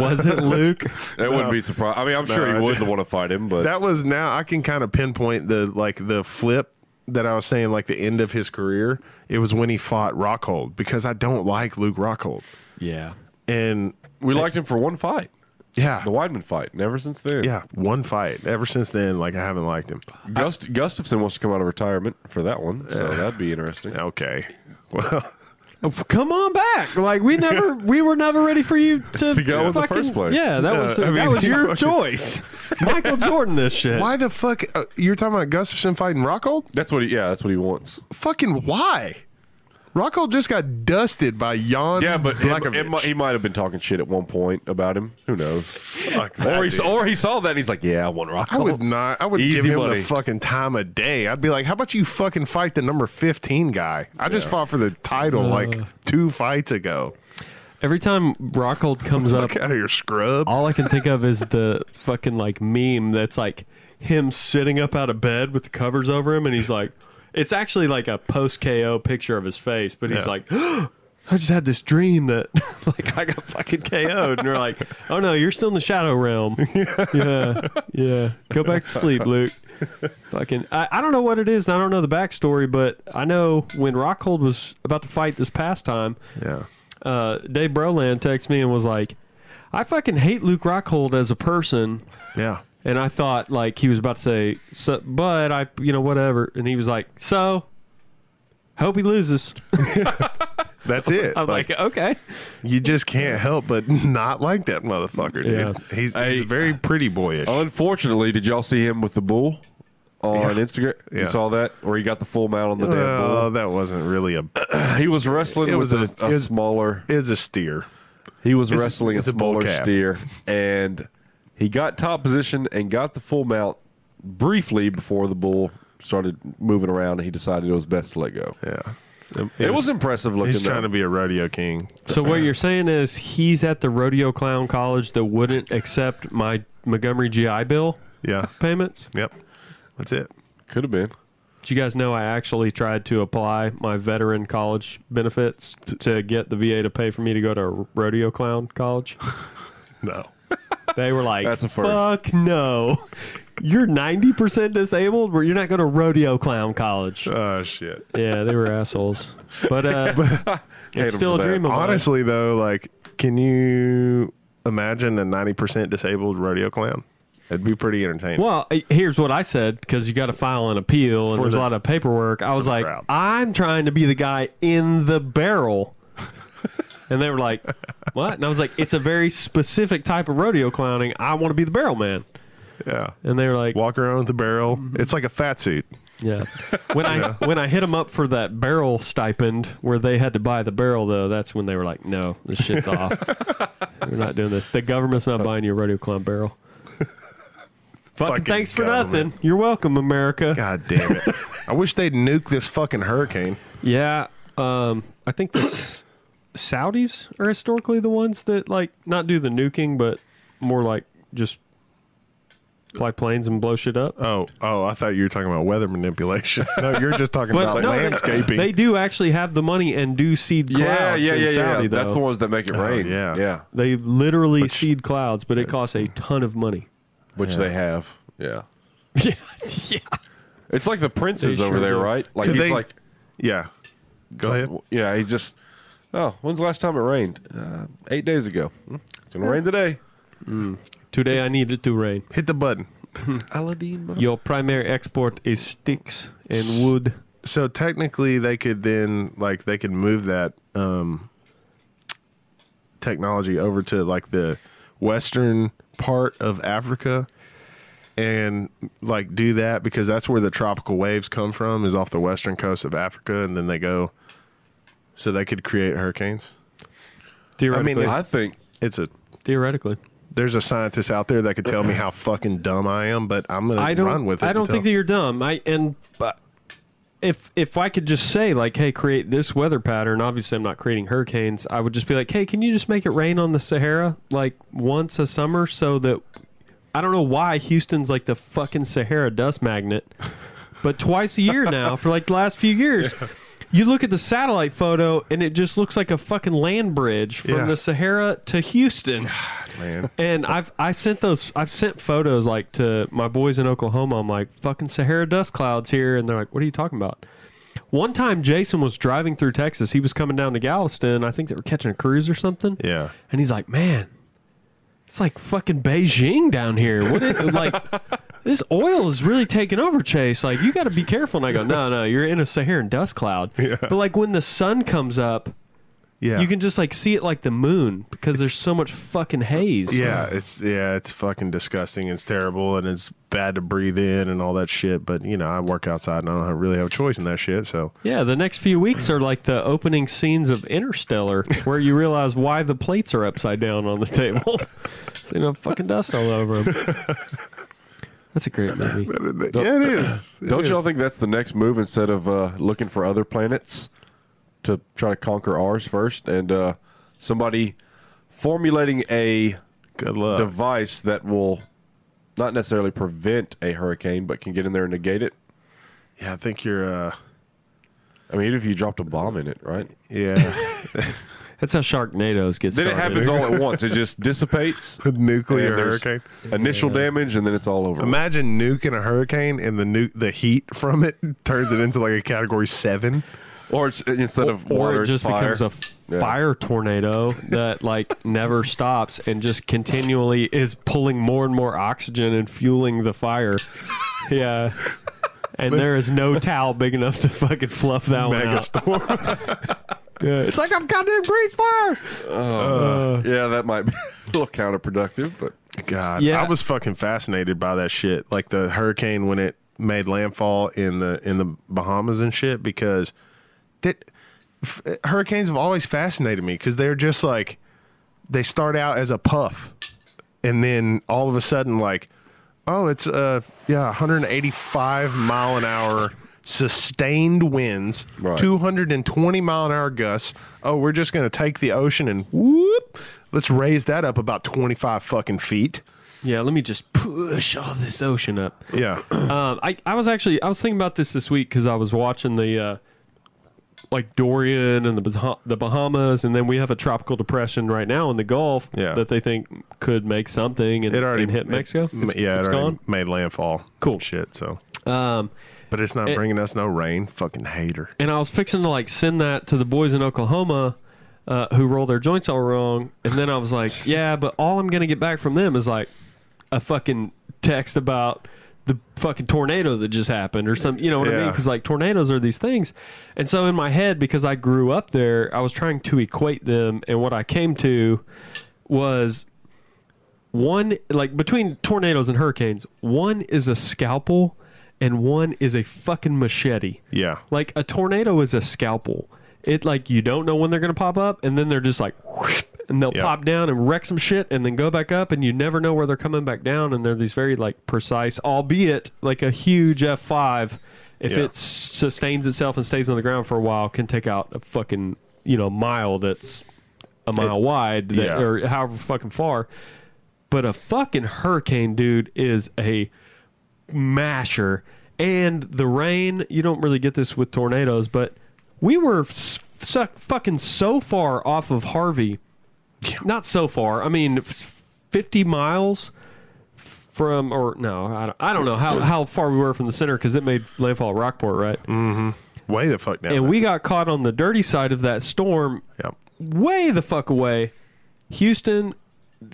B: [laughs]
A: Was it Luke?
C: That wouldn't be surprised. I mean, I'm sure
B: I
C: he wouldn't want to fight him, but
B: that was now I can kind of pinpoint the like the flip that I was saying like the end of his career. It was when he fought Rockhold because I don't like Luke Rockhold,
A: yeah.
B: and
C: we liked him for one fight,
B: yeah,
C: the Weidman fight. And ever since then,
B: yeah, one fight. Ever since then, like I haven't liked him.
C: Gust- Gustafson wants to come out of retirement for that one, so that'd be interesting.
B: Okay, [laughs] well,
A: Oh, f- Come on back! Like we never, we were never ready for you to,
C: To go in the first place.
A: Yeah, that was
B: I mean,
A: that was your
B: fucking-
A: choice, Michael Jordan. This shit.
B: why the fuck uh, you're talking about Gustafson fighting Rockhold?
C: That's what he. Yeah, that's what he wants.
B: Fucking why? Rockhold just got dusted by Jan.
C: Yeah, but it,
B: Blachowicz.
C: it, mi- he might have been talking shit at one point about him. Who knows?
B: Fuck that
C: Or he,
B: dude.
C: saw, or he saw that and he's like, "Yeah, I want Rock."
B: I would not. I would
C: Easy
B: give him
C: money.
B: the fucking time of day. I'd be like, "How about you fucking fight the number fifteen guy? I just fought for the
A: Uh,
B: title like two fights ago.
A: Every time Rockhold comes up,
B: Fuck out of your scrub."
A: uh, all I can think of is the fucking like meme that's like him sitting up out of bed with the covers over him, and he's like, it's actually like a post KO picture of his face, but he's
B: Yeah.
A: like, [gasps] I just had this dream that [laughs] like I got fucking KO'd, and we're like, oh no, you're still in the shadow realm. [laughs] yeah, yeah, go back to sleep, Luke. [laughs] Fucking, I, I don't know what it is, and I don't know the backstory, but I know when Rockhold was about to fight this past time,
B: [laughs] yeah,
A: uh, Dave Broland texted me and was like, I fucking hate Luke Rockhold as a person.
B: yeah.
A: And I thought like he was about to say, so, but I, you know, whatever. And he was like, so hope he loses. [laughs]
B: That's it.
A: I'm like, okay.
B: you just can't help but not like that motherfucker, dude.
A: Yeah.
B: He's,
C: I-
B: he's very pretty boyish.
C: Oh, Unfortunately, did y'all see him with the bull on
B: Yeah.
C: Instagram?
B: Yeah.
C: You saw that, or he got the full mount on the
B: Well, that wasn't really a.
C: damn bull. [laughs] He was wrestling
B: It was
C: with
B: a-
C: a, a
B: it was-
C: smaller.
B: It's a steer.
C: He was
B: It's-
C: wrestling
B: it's
C: a
B: a bull
C: smaller
B: calf.
C: steer, and he got top position and got the full mount briefly before the bull started moving around, and he decided it was best to let go.
B: Yeah,
C: It, was, impressive looking.
B: He's trying
C: though.
B: to be a rodeo king.
A: So what you're saying is he's at the rodeo clown college that wouldn't accept my Montgomery GI Bill [laughs]
B: Yeah.
A: payments.
B: Yep. That's it.
C: could have been.
A: Did you guys know I actually tried to apply my veteran college benefits t- to get the VA to pay for me to go to a rodeo clown college?
B: No.
A: They were like,
C: That's a first.
A: fuck no. You're 90% disabled, but you're not going to rodeo clown college.
B: [laughs] Oh shit.
A: Yeah, they were assholes. But,
C: [laughs]
A: uh,
C: Hate 'em
A: it's still a
C: for that.
A: dream of mine.
B: Honestly, though, like, can you imagine a ninety percent disabled rodeo clown? That'd be pretty entertaining.
A: Well, eh, here's what I said because you got to file an appeal and
B: For
A: there's
B: the-
A: a lot of paperwork. I was
B: the
A: like,
B: crowd.
A: I'm trying to be the guy in the
B: [laughs]
A: barrel. and they were like, what? And I was like, it's a very specific type of rodeo clowning. I want to be the barrel man.
B: Yeah.
A: And they were like,
B: Walk around with a barrel.
A: Mm-hmm.
B: It's like a fat suit.
A: Yeah. When I when I hit them up for that barrel stipend where they had to buy the barrel though, that's when they were like, "No, this shit's
B: [laughs]
A: off. We're not doing this. The government's not buying your rodeo clown barrel." Fucking,
B: Fucking
A: thanks for
B: government.
A: nothing. You're welcome, America.
B: God damn
A: [laughs]
B: it! I wish they'd nuke this fucking hurricane.
A: Yeah. Um, I think the S- Saudis are historically the ones that like not do the nuking, but more like just fly planes and blow shit
C: Uh,
A: up.
B: Oh, oh! I thought you were talking about weather manipulation. [laughs] No, you're just talking
A: But
B: about
A: no, they-
B: landscaping.
A: They do actually have the money and do seed clouds
C: Yeah, yeah,
A: in
C: yeah, yeah.
A: Saudi, though.
C: That's the ones that make it rain.
B: Oh, yeah.
C: yeah,
A: They literally seed clouds, but it costs a ton of money.
C: which they have. [laughs] Yeah,
A: yeah, yeah.
C: it's like the princes
A: They
C: over
A: sure
C: there,
A: do.
C: right? Like
B: Could
C: he's
B: they-
C: like,
B: yeah. Go ahead.
C: yeah, he just. Oh, when's the last time it rained? Uh, eight days ago. Hmm, It's gonna rain today.
A: Today I need it to rain.
B: Hit the button.
C: Aladdin.
A: Your primary export is sticks and wood.
B: So technically, they could then like they could move that um, technology over to like the western part of Africa, and like do that because that's where the tropical waves come from is off the western coast of Africa, and then they go. So they could create hurricanes.
A: Theoretically,
B: it's-
C: I think
B: It's a
A: theoretically,
B: there's a scientist out there that could tell me how fucking dumb I am, but I'm gonna
A: I don't.
B: run with it.
A: I don't
B: until-
A: think that you're dumb. I and but if if I could just say like, hey, create this weather pattern. Obviously, I'm not creating hurricanes. I would just be like, hey, can you just make it rain on the Sahara like once a summer so that I don't know why Houston's like the fucking Sahara dust magnet, but twice a year now for like the last few
B: [laughs]
A: years, you look at the satellite photo and it just looks like a fucking land bridge from
B: Yeah.
A: the Sahara to
B: [sighs]
A: Houston.
B: man.
A: And I've I sent those I've sent photos like to my boys in Oklahoma. I'm like fucking Sahara dust clouds here, and they're like, "What are you talking about?" One time, Jason was driving through Texas. He was coming down to Galveston. I think they were catching a cruise or something.
B: Yeah.
A: And he's like, "Man, it's like fucking Beijing down here. What is, [laughs] like this oil is really taking over, Chase. Like you got to be careful." And I go, "No, no, you're in a Saharan dust
B: [laughs]
A: cloud." But like when the sun comes up,
B: Yeah.
A: you can just like see it like the moon because there's so much fucking haze.
B: Yeah, it's yeah, it's fucking disgusting. It's terrible, and it's bad to breathe in and all that shit. But you know, I work outside, and I don't really have a choice in that shit. So
A: Yeah, the next few weeks are like the opening scenes of Interstellar, where you realize why the plates are upside down on the table. [laughs] so, you know, fucking dust all over them. That's a great movie.
B: yeah, [laughs] it is. It
C: Don't
B: is.
C: y'all think that's the next move instead of uh, looking for other planets to try to conquer ours first? And uh, somebody formulating a
B: Good
C: Uh.
B: luck.
C: device that will not necessarily prevent a hurricane, but can get in there and negate it.
B: yeah, I think you're. uh
C: I mean, even if you dropped a bomb in it, right?
B: [laughs] Yeah,
A: That's how Sharknadoes get
C: Then
A: started.
C: it happens all at once. It
B: [laughs]
C: just dissipates.
B: nuclear
C: and there's
B: hurricane.
C: Initial damage, and then it's all over.
B: Imagine nuking a hurricane, and the nu- the heat from it [laughs] turns it into like a category seven.
C: Or it's, instead of water,
A: or it
C: it's
A: just
C: fire.
A: becomes a
C: Yeah.
A: fire tornado that like never stops and just continually is pulling more and more oxygen and fueling the fire. Yeah. And there is no towel big enough to fucking fluff that
B: Oh
A: one out.
B: Megastorm.
A: Yeah, it's like I'm goddamn grease fire.
C: [laughs] yeah, that might be [laughs] a little counterproductive, but
B: God,
A: Yeah.
B: I was fucking fascinated by that shit. Like the hurricane when it made landfall in the in the Bahamas and shit, because that f- hurricanes have always fascinated me because they're just like they start out as a puff, and then all of a sudden, like, oh, it's uh yeah, 185 mile an hour sustained winds,
C: Right.
B: 220 mile an hour gusts. Oh, we're just gonna take the ocean and whoop, let's raise that up about 25 fucking feet.
A: Yeah, let me just push all this ocean
B: [laughs]
A: up.
B: Yeah.
A: Um, I, I was actually I was thinking about this this week because I was watching the uh, like Dorian and the Bah- the Bahamas, and then we have a tropical depression right now in the Gulf
B: Yeah.
A: that they think could make something and,
B: It already
A: and hit Mexico.
B: It, yeah,
A: it's
B: it already
A: gone.
B: made landfall.
A: Cool.
B: and Shit. So,
A: Um,
B: but it's not bringing us no rain. Fucking hater.
A: and I was fixing to like send that to the boys in Oklahoma uh, who roll their joints all wrong. And then I was like, yeah, but all I'm gonna get back from them is like a fucking text about the fucking tornado that just happened or some, you know what I mean?
B: Yeah.
A: Because like tornadoes are these things. And so in my head, because I grew up there, I was trying to equate them, and what I came to was one like between tornadoes and hurricanes, one is a scalpel and one is a fucking machete.
B: Yeah.
A: Like a tornado is a scalpel. It like you don't know when they're gonna pop up, and then they're just like, whoosh, and they'll
B: Yeah.
A: pop down and wreck some shit, and then go back up, and you never know where they're coming back down. And they're these very like precise, albeit like a huge F five. If
B: Yeah.
A: it sustains itself and stays on the ground for a while, can take out a fucking you know mile that's a mile wide that,
B: yeah.
A: or however fucking far. But a fucking hurricane, dude, is a masher. And the rain, you don't really get this with tornadoes, but we were s- suck, fucking so far off of Harvey. Not so far. I mean, f- 50 miles from, or no, I don't, I don't know how, how far we were from the center because it made landfall at Rockport, right?
B: Way the fuck down.
A: And
B: there.
A: we got caught on the dirty side of that storm
B: yeah.
A: way the fuck away. Houston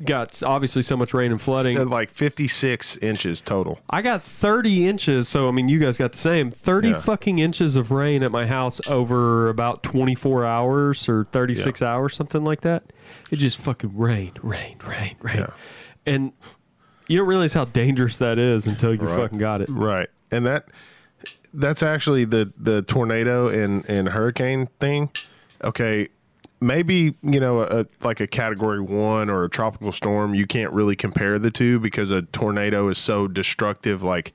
A: got s- obviously so much rain and flooding.
B: They're like 56 inches total.
A: I got 30 inches. So, I mean, you guys got the same 30
B: Yeah.
A: fucking inches of rain at my house over about 24 hours or 36 hours, something like that. It just fucking rained, rained, rained, rained. And you don't realize how dangerous that is until you fucking got it.
B: Right. And that that's actually the the tornado and and hurricane thing. Okay, maybe, you know, a, like a category 1 or a tropical storm, you can't really compare the two because a tornado is so destructive like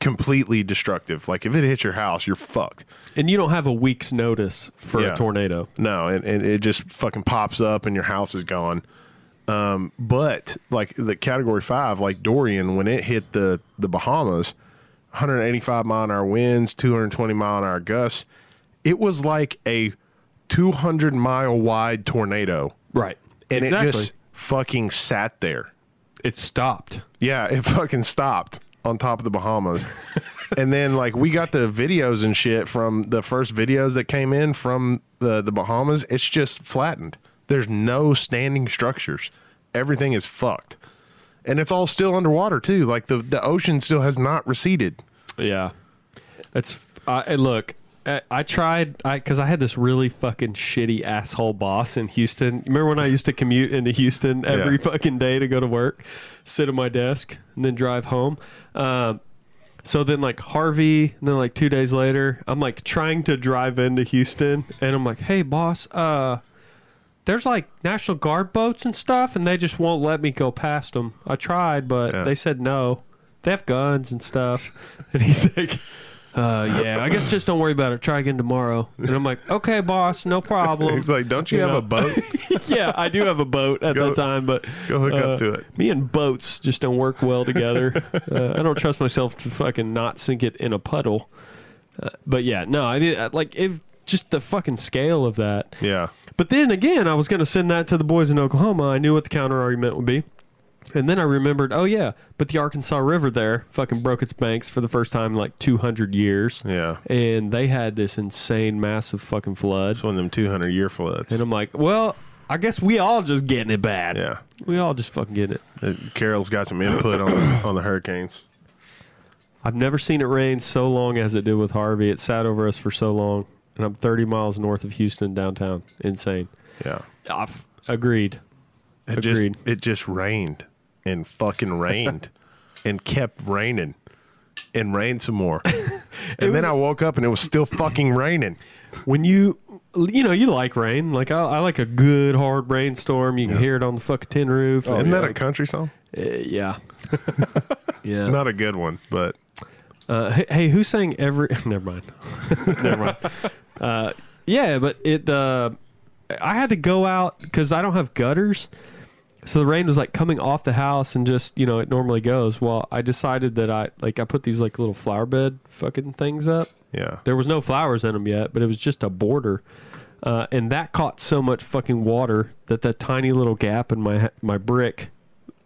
B: completely destructive. Like if it hits your house, you're fucked.
A: And you don't have a week's notice for
B: Yeah.
A: a tornado.
B: No, and, and it just fucking pops up and your house is gone. Um, but like the category five, like Dorian, when it hit the the Bahamas, 185 mile an hour winds, 220 mile an hour gusts, it was like a 200 mile wide tornado,
A: Right.
B: and it just fucking sat there.
A: it stopped.
B: Yeah, it [laughs] fucking stopped on top of the Bahamas. and then like we got the videos and shit from the first videos that came in from the the Bahamas. It's just flattened. There's no standing structures. Everything is fucked. And it's all still underwater too. Like the the ocean still has not receded.
A: Yeah. That's I and look. I, I tried I because I had this really fucking shitty asshole boss in Houston. Remember when I used to commute into Houston every
B: Yeah.
A: fucking day to go to work, sit at my desk, and then drive home. Um, so then like Harvey, and then like two days later, I'm like trying to drive into Houston, and I'm like, hey boss, uh, there's like National Guard boats and stuff, and they just won't let me go past them. I tried, but
B: Yeah.
A: they said no. They have guns and stuff. [laughs] And he's like, uh, yeah, I guess just don't worry about it. Try again tomorrow. And I'm like, okay, boss, no
B: [laughs]
A: problem.
B: It's like, don't you,
A: You
B: have
A: know.
B: a boat?
A: [laughs] yeah, I do have a boat at
B: Go-
A: that time, but uh,
B: Go hook up to it.
A: me and boats just don't work well
B: [laughs]
A: together. uh, I don't trust myself to fucking not sink it in a puddle. Uh, but yeah, no, I mean, uh, like, it just the fucking scale of that.
B: Yeah.
A: But then again, I was going to send that to the boys in Oklahoma. I knew what the counter argument would be. And then I remembered, oh yeah, but the Arkansas River there fucking broke its banks for the first time in like 200 years.
B: Yeah.
A: And they had this insane massive fucking flood.
B: It's one of them two hundred year floods.
A: And I'm like, well, I guess we all just getting it bad.
B: Yeah.
A: We all just fucking getting it.
B: Uh, Carol's got some input on on the hurricanes.
A: I've never seen it rain so long as it did with Harvey. It sat over us for so long. And I'm 30 miles north of Houston downtown. Insane.
B: Yeah.
A: I've agreed.
B: It
A: Agreed.
B: just it just rained and
A: [laughs]
B: fucking rained and kept raining and rained
A: [laughs]
B: some more. And then I woke up and it was still fucking raining.
A: when you you know you like rain like i, I like a good hard rainstorm you can hear it on the fucking tin roof
B: Isn't
A: Oh, yeah.
B: that a country song?
A: yeah yeah
B: Not a good one, but
A: uh, hey, hey who sang every [laughs] never mind never mind uh, yeah but it uh, i had to go out because i don't have gutters so the rain was like coming off the house and just you know it normally goes well i decided that i like i put these like little flower bed fucking things up
B: yeah.
A: There was no flowers in them yet, but it was just a border. Uh, and that caught so much fucking water that that tiny little gap in my ha- my brick,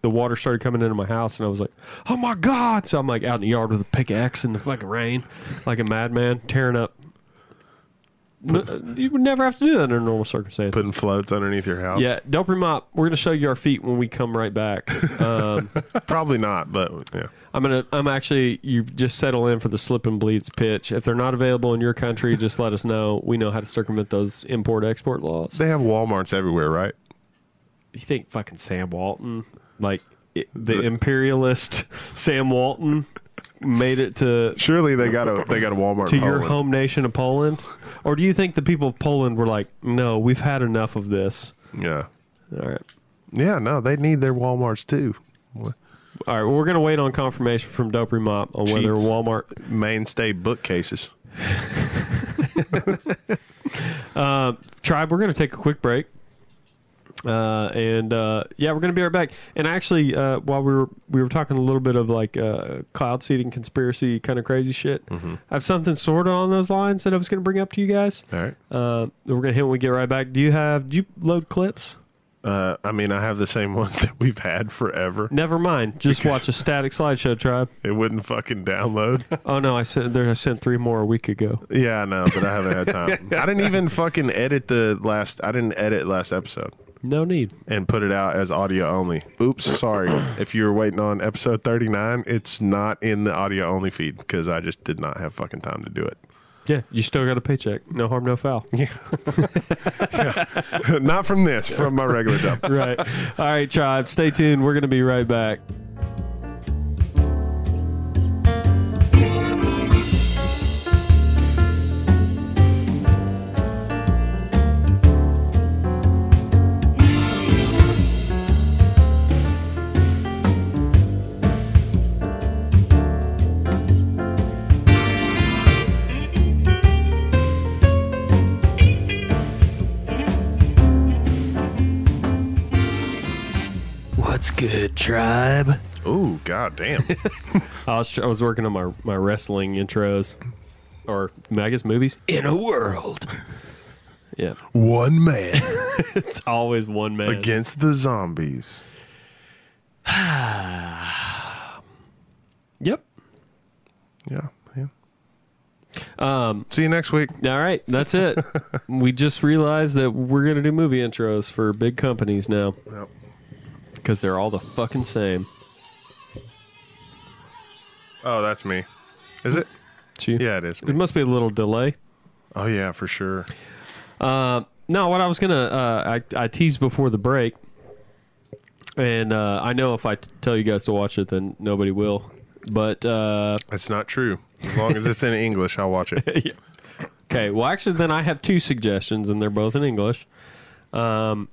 A: the water started coming into my house, and I was like, "Oh my god!" So I'm like out in the yard with a pickaxe in the fucking rain, like a madman, tearing up. N- uh, you would never have to do that under normal circumstances.
B: Putting floats underneath your house.
A: yeah, don't mop. We're gonna show you our feet when we come right back. Um,
B: [laughs] Probably not, but yeah.
A: I'm gonna. I'm actually. You just settle in for the slip and bleeds pitch. If they're not available in your country, just let us know. We know how to circumvent those import export laws.
B: They have Walmarts everywhere, right?
A: You think fucking Sam Walton, like i- the imperialist Sam Walton, made it to
B: Surely they got a they got a
A: [laughs]
B: Walmart.
A: to
B: in
A: your
B: Poland.
A: home nation of Poland, or do you think the people of Poland were like, no, we've had enough of this?
B: Yeah.
A: All right.
B: Yeah, no, they need their Walmarts too. Wha-
A: All right, well, we're going to wait on confirmation from Dopery Mop on whether
B: Cheats.
A: Walmart
B: Mainstay bookcases.
A: tribe we're going to take a quick break uh, and uh, yeah we're going to be right back and actually uh, while we were we were talking a little bit of like uh, cloud seeding conspiracy kind of crazy shit i have something sort of on those lines that i was going to bring up to you guys
B: All right.
A: uh, that we're going to hit when we get right back do you have do you load clips
B: Uh, I mean, I have the same [laughs] ones that we've had forever.
A: never mind just watch a static slideshow tribe
B: It wouldn't fucking download.
A: oh no i sent there i sent three more a week ago
B: Yeah, I know, but I haven't had [laughs] time. I didn't even fucking edit the last. I didn't edit last episode
A: no need
B: and put it out as audio only. Oops, [clears throat] sorry. if you were waiting on episode thirty nine, it's not in the audio only feed because I just did not have fucking time to do it. [laughs]
A: yeah you still got a paycheck no harm no foul
B: not from this, from my regular job. [laughs]
A: right. All right, tribe. Stay tuned. We're going to be right back.
D: What's good, tribe?
B: Ooh, god damn.
A: I was, I was working on my, my wrestling intros or I guess movies.
D: In a world.
A: [laughs] Yeah.
B: [laughs] One man [laughs]
A: It's always one man.
B: against the zombies.
A: Yep.
B: Yeah, yeah. Um, See you next week.
A: All right. That's
B: [laughs]
A: it. we just realized that we're going to do movie intros for big companies now
B: Yep.
A: because they're all the fucking same.
B: Oh, that's me. Is it?
A: It's you.
B: Yeah, it is.
A: It
B: Me.
A: must be a little delay.
B: Oh yeah, for sure.
A: No, what I was gonna uh, I I teased before the break, and uh, I know if I t- tell you guys to watch it, then nobody will. But uh,
B: That's not true. As long as it's in English, I'll
A: [laughs]
B: watch it.
A: okay, well, actually, then I have two suggestions, and they're both in English. Um,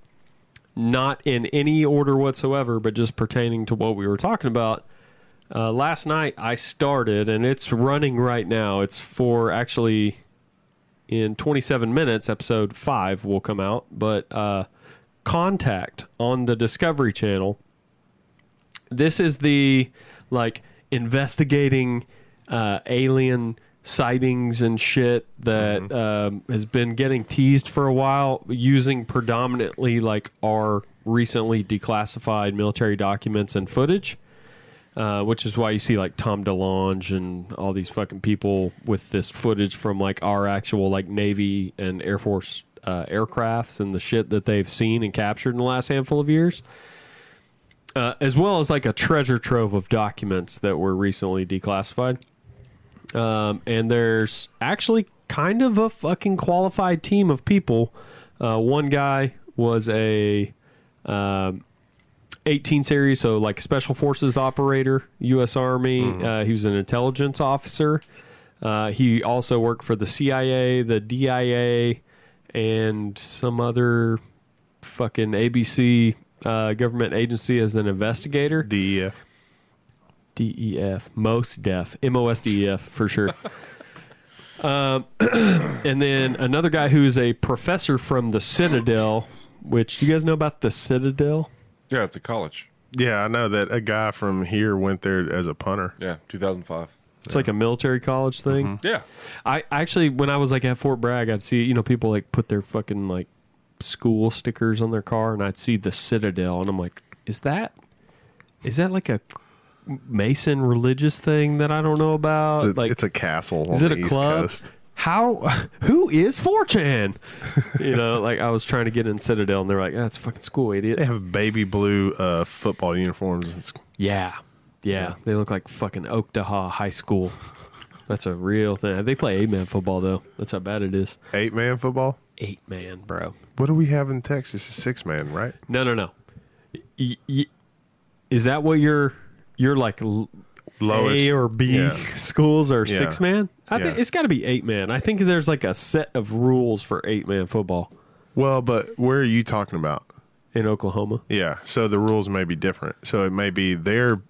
A: not in any order whatsoever, but just pertaining to what we were talking about. Uh, last night I started, and it's running right now. It's for actually in 27 minutes, episode five will come out. But uh, Contact on the Discovery Channel. This is the like investigating uh, alien sightings and shit that um, has been getting teased for a while using predominantly like our recently declassified military documents and footage uh, which is why you see like Tom DeLonge and all these fucking people with this footage from like our actual like Navy and Air Force uh, aircrafts and the shit that they've seen and captured in the last handful of years, uh, as well as like a treasure trove of documents that were recently declassified. Um, and there's actually kind of a fucking qualified team of people. Uh, one guy was a 18 series, so like special forces operator, U.S. Army. Uh, he was an intelligence officer. Uh, he also worked for the CIA, the DIA, and some other fucking ABC uh, government agency as an investigator.
B: DEF.
A: DEF, most def, MOSDEF E for sure. um, [clears throat] and then another guy who's a professor from the Citadel, which do you guys know about the Citadel?
C: Yeah, it's a college.
B: Yeah, I know that a guy from here went there as a punter.
C: Yeah, 2005.
A: It's like a military college thing.
C: Yeah.
A: I actually, when I was like at Fort Bragg, I'd see you know people like put their fucking like school stickers on their car, and I'd see the Citadel, and I'm like, is that is that like a Mason religious thing that I don't know about?
B: It's a,
A: like,
B: it's a castle on
A: is it
B: the
A: a
B: East
A: club?
B: Coast.
A: How? [laughs] Who is 4chan? you know, like I was trying to get in Citadel, and they're like, "That's fucking school, idiot."
B: They have baby blue uh, football uniforms. It's-
A: Yeah. Yeah. They look like fucking Oktaha High School. That's a real thing. They play eight man football, though. That's how bad it is.
B: Eight man football.
A: Eight man, bro.
B: What do we have in Texas? It's six man, right?
A: No, no, no. Y- y- is that what your your like l-
B: Lowest-
A: A or B
B: Oh, yeah.
A: [laughs] schools are
B: Yeah.
A: six man? I think
B: Yeah.
A: it's got to be eight man. I think there's like a set of rules for eight man football
B: Well, but where are you talking about?
A: in Oklahoma.
B: Yeah, so the rules may be different. So it may be their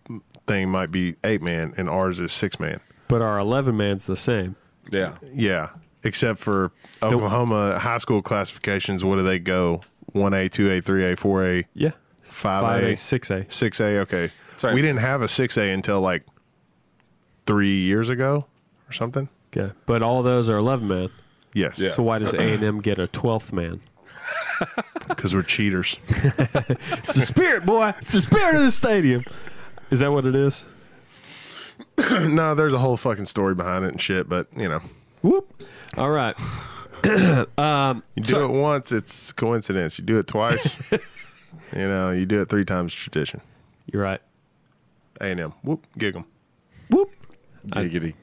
B: thing might be eight man and ours is six man.
A: But our eleven man's the same.
C: Yeah.
B: Yeah, except for Oklahoma high school classifications. What do they go? One A, two A, three A, four A,
A: Yeah,
B: five
A: five
B: A,
A: a six a.
B: six A. Okay,
C: Sorry.
B: we didn't have a six A until like three years ago or something.
A: Yeah, but all those are eleven man.
B: Yes,
C: Yeah.
A: So why does A and M get a twelfth man?
B: because
A: [laughs]
B: we're cheaters.
A: It's the spirit, boy. It's the spirit of the stadium. Is that what it is?
B: no, there's a whole fucking story behind it and shit. But you know,
A: Whoop. All right.
B: you do it once, it's coincidence. You do it
A: [laughs]
B: twice, you know, you do it three times, tradition.
A: You're right.
B: A and M. Whoop, gig 'em.
A: Whoop.
C: Giggity.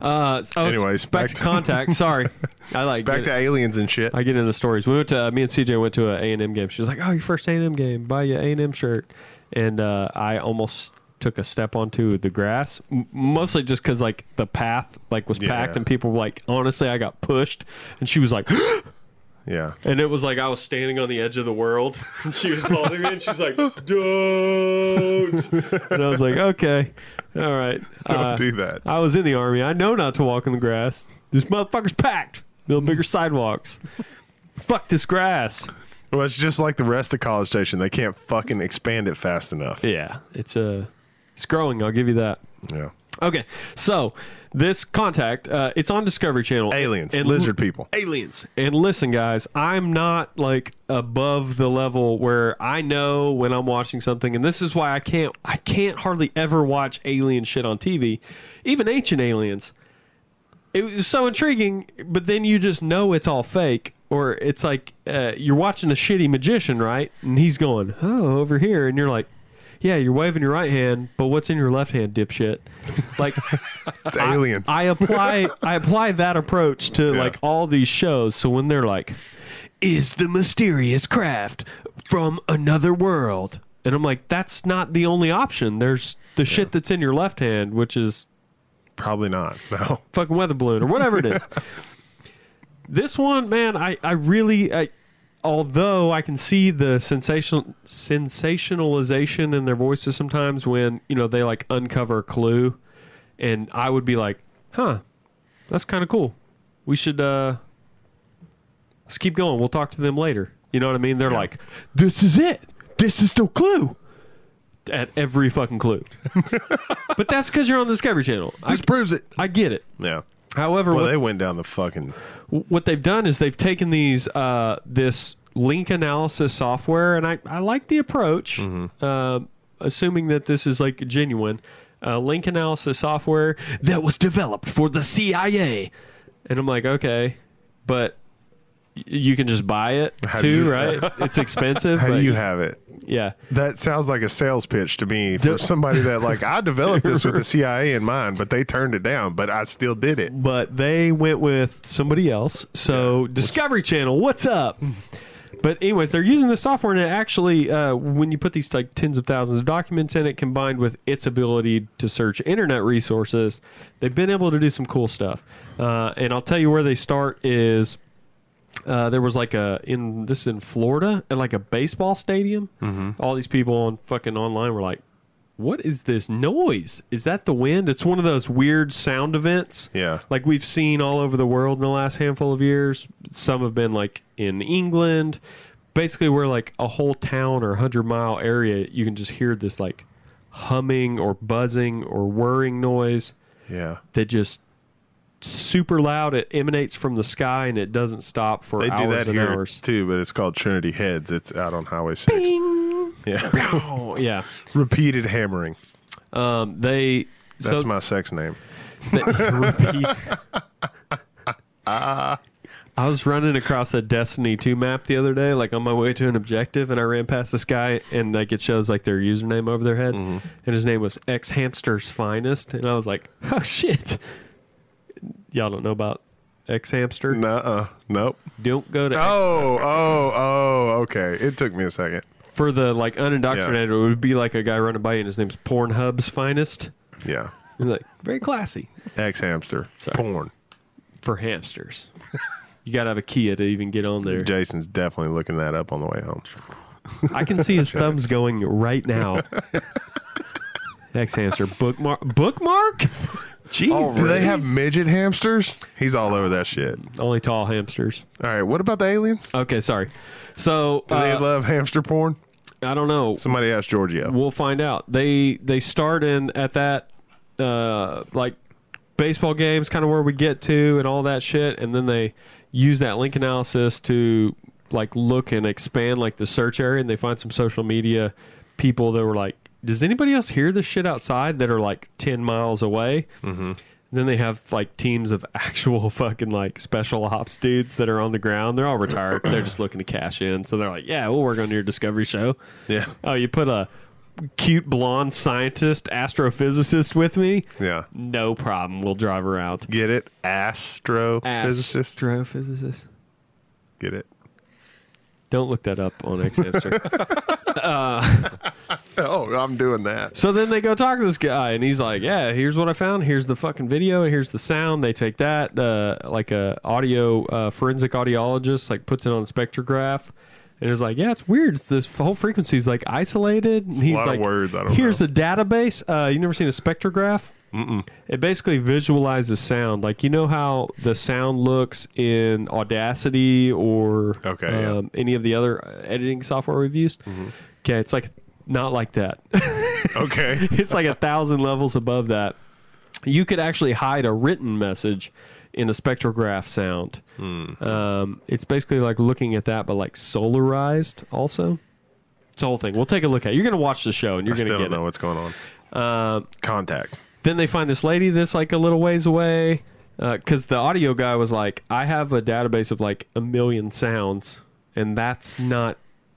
A: Uh, oh,
B: Anyways,
A: back,
B: back
A: to
B: to-
A: contact.
B: [laughs]
A: Sorry, I like
B: Back
A: get-
B: to aliens and shit.
A: I get in the stories. We went to uh, me and CJ went to an A and M game. She was like, "Oh, your first A and M game. Buy you A and M shirt." And uh, I almost took a step onto the grass, m- mostly just because like the path like was
B: Yeah.
A: packed and people were like, honestly, I got pushed. And she was like, [gasps] [laughs]
B: yeah.
A: and it was like I was standing on the edge of the world, [laughs] and she was holding me, and she was
B: [laughs]
A: like, "Don't." And I was like, "Okay, all right."
B: Don't
A: Uh,
B: do that.
A: I was in the army. I know not to walk in the Hmm. grass. This motherfucker's packed. No bigger sidewalks. Fuck this grass.
B: Well, it's just like the rest of College Station. They can't fucking expand it fast enough.
A: Yeah, it's uh, it's growing. I'll give you that.
B: Yeah.
A: Okay, so this contact, uh, it's on Discovery Channel.
B: Aliens,
A: And-
B: lizard [laughs] people.
A: aliens. And listen, guys, I'm not like above the level where I know when I'm watching something, and this is why I can't I can't hardly ever watch alien shit on TV, even ancient aliens. It was so intriguing, but then you just know it's all fake, or it's like uh, you're watching a shitty magician, right? And he's going, "Oh, over here," and you're like. Yeah, you're waving your right hand, but what's in your left hand, dipshit? Like,
B: It's aliens.
A: I apply I apply that approach to
B: Yeah.
A: like all these shows. So when they're like,
D: Is the mysterious craft from another world?
A: and I'm like, that's not the only option. There's the shit that's in your left hand, which is
B: Probably not. [laughs] No.
A: fucking weather balloon or whatever it is. this one, man, I I really I, although I can see the sensational sensationalization in their voices sometimes when you know they like uncover a clue, and I would be like, huh, that's kind of cool. We should uh, let's keep going. We'll talk to them later. You know what I mean? They're like, this is it. This is the clue. At every fucking clue, but that's because you're on the Discovery Channel. I,
B: This proves it.
A: I get it.
B: Yeah.
A: However,
B: Well,
A: what,
B: they went down the fucking.
A: what they've done is they've taken these uh, this link analysis software, and I, I like the approach.
B: Mm-hmm.
A: Uh, assuming that this is like genuine uh, link analysis software that was developed for the CIA, and I'm like, okay, but y- you can just buy it
B: How do
A: too,
B: you- [laughs]
A: right? It's expensive.
B: How
A: but-
B: do you have it?
A: Yeah,
B: That sounds like a sales pitch to me for [laughs] somebody that like I developed this [laughs] with the CIA in mind, but they turned it down. But I still did it.
A: but they went with somebody else. So Discovery Channel, what's up? But anyways, they're using the software, and it actually, uh, when you put these like tens of thousands of documents in it, combined with its ability to search internet resources, they've been able to do some cool stuff. Uh, and I'll tell you where they start is uh, there was like a in this is in Florida at like a baseball stadium. All these people on fucking online were like, "What is this noise? Is that the wind?" It's one of those weird sound events.
B: Yeah.
A: like we've seen all over the world in the last handful of years. Some have been like in England, basically where like a whole town or a hundred mile area, you can just hear this like humming or buzzing or whirring noise
B: Yeah.
A: that just super loud. It emanates from the sky and it doesn't stop for
B: They
A: hours
B: do that
A: and
B: here
A: hours.
B: too, but it's called Trinity Heads. It's out on Highway Six. Yeah.
A: Oh [laughs] yeah,
B: Repeated hammering.
A: um, they.
B: That's
A: so
B: my sex name. [laughs]
A: they repeat. I was running across a Destiny 2 map the other day, like on my way to an objective, and I ran past this guy, and like it shows like their username over their head,
B: Mm-hmm.
A: and his name was X Hamster's Finest, and I was like, [laughs] oh shit, y'all don't know about X Hamster?
B: Nuh uh. Nope.
A: Don't go to
B: Oh, oh, oh, okay. It took me a second.
A: for the like unindoctrinated, it would be like a guy running by you and his name's Pornhub's finest.
B: Yeah.
A: You're like very classy
B: Ex hamster. Porn.
A: for hamsters. you gotta have a Kia to even get on there.
B: Jason's definitely looking that up on the way home.
A: I can see
B: [laughs]
A: his thumbs going right now. Next hamster bookmark bookmark. Jeez,
B: Do they have midget hamsters? He's all over that shit.
A: only tall hamsters.
B: All right. What about the aliens?
A: Okay, sorry. So
B: Do they
A: uh,
B: love hamster porn?
A: I don't know.
B: Somebody asked Giorgio.
A: We'll find out. They they start in at that uh, like baseball games, kind of where we get to, and all that shit, and then they use that link analysis to like look and expand like the search area, and they find some social media people that were like, "Does anybody else hear this shit outside?" That are like ten miles away. Mm-hmm. Then they have like teams of [laughs] actual fucking like special ops dudes that are on the ground. They're all retired. They're just looking to cash in. So they're like, "Yeah, we'll work on your Discovery show."
B: Yeah.
A: Oh, you put a cute blonde scientist, astrophysicist with me?
B: Yeah.
A: No problem. We'll drive around.
B: Get it? Astrophysicist.
A: Astrophysicist.
B: Get it?
A: Don't look that up on Xhamster.
B: Oh, I'm doing that.
A: so then they go talk to this guy, and he's like, "Yeah, here's what I found. Here's the fucking video, and here's the sound." They take that, uh, like a audio uh, forensic audiologist, like puts it on spectrograph, and is like, "Yeah, it's weird. It's this whole frequency's like isolated." And he's
B: lot of
A: like,
B: words I don't
A: "Here's
B: know."
A: a database. Uh, you never seen a spectrograph? It basically visualizes sound. Like you know how the sound looks in Audacity or
B: Okay, yeah. Mm-hmm.
A: um, any of the other editing software we've used. Okay, it's like not like that. [laughs]
B: Okay.
A: it's like a thousand levels above that. You could actually hide a written message in a spectrograph sound.
B: Hmm.
A: Um, it's basically like looking at that, but like solarized also. It's the whole thing. We'll take a look at. it. You're going to watch the show and you're
B: I
A: going
B: still
A: to
B: don't
A: get it.
B: know
A: Uh,
B: what's going on. Contact.
A: Then they find this lady that's like a little ways away because the audio guy was like, "I have a database of like a million sounds, and that's not."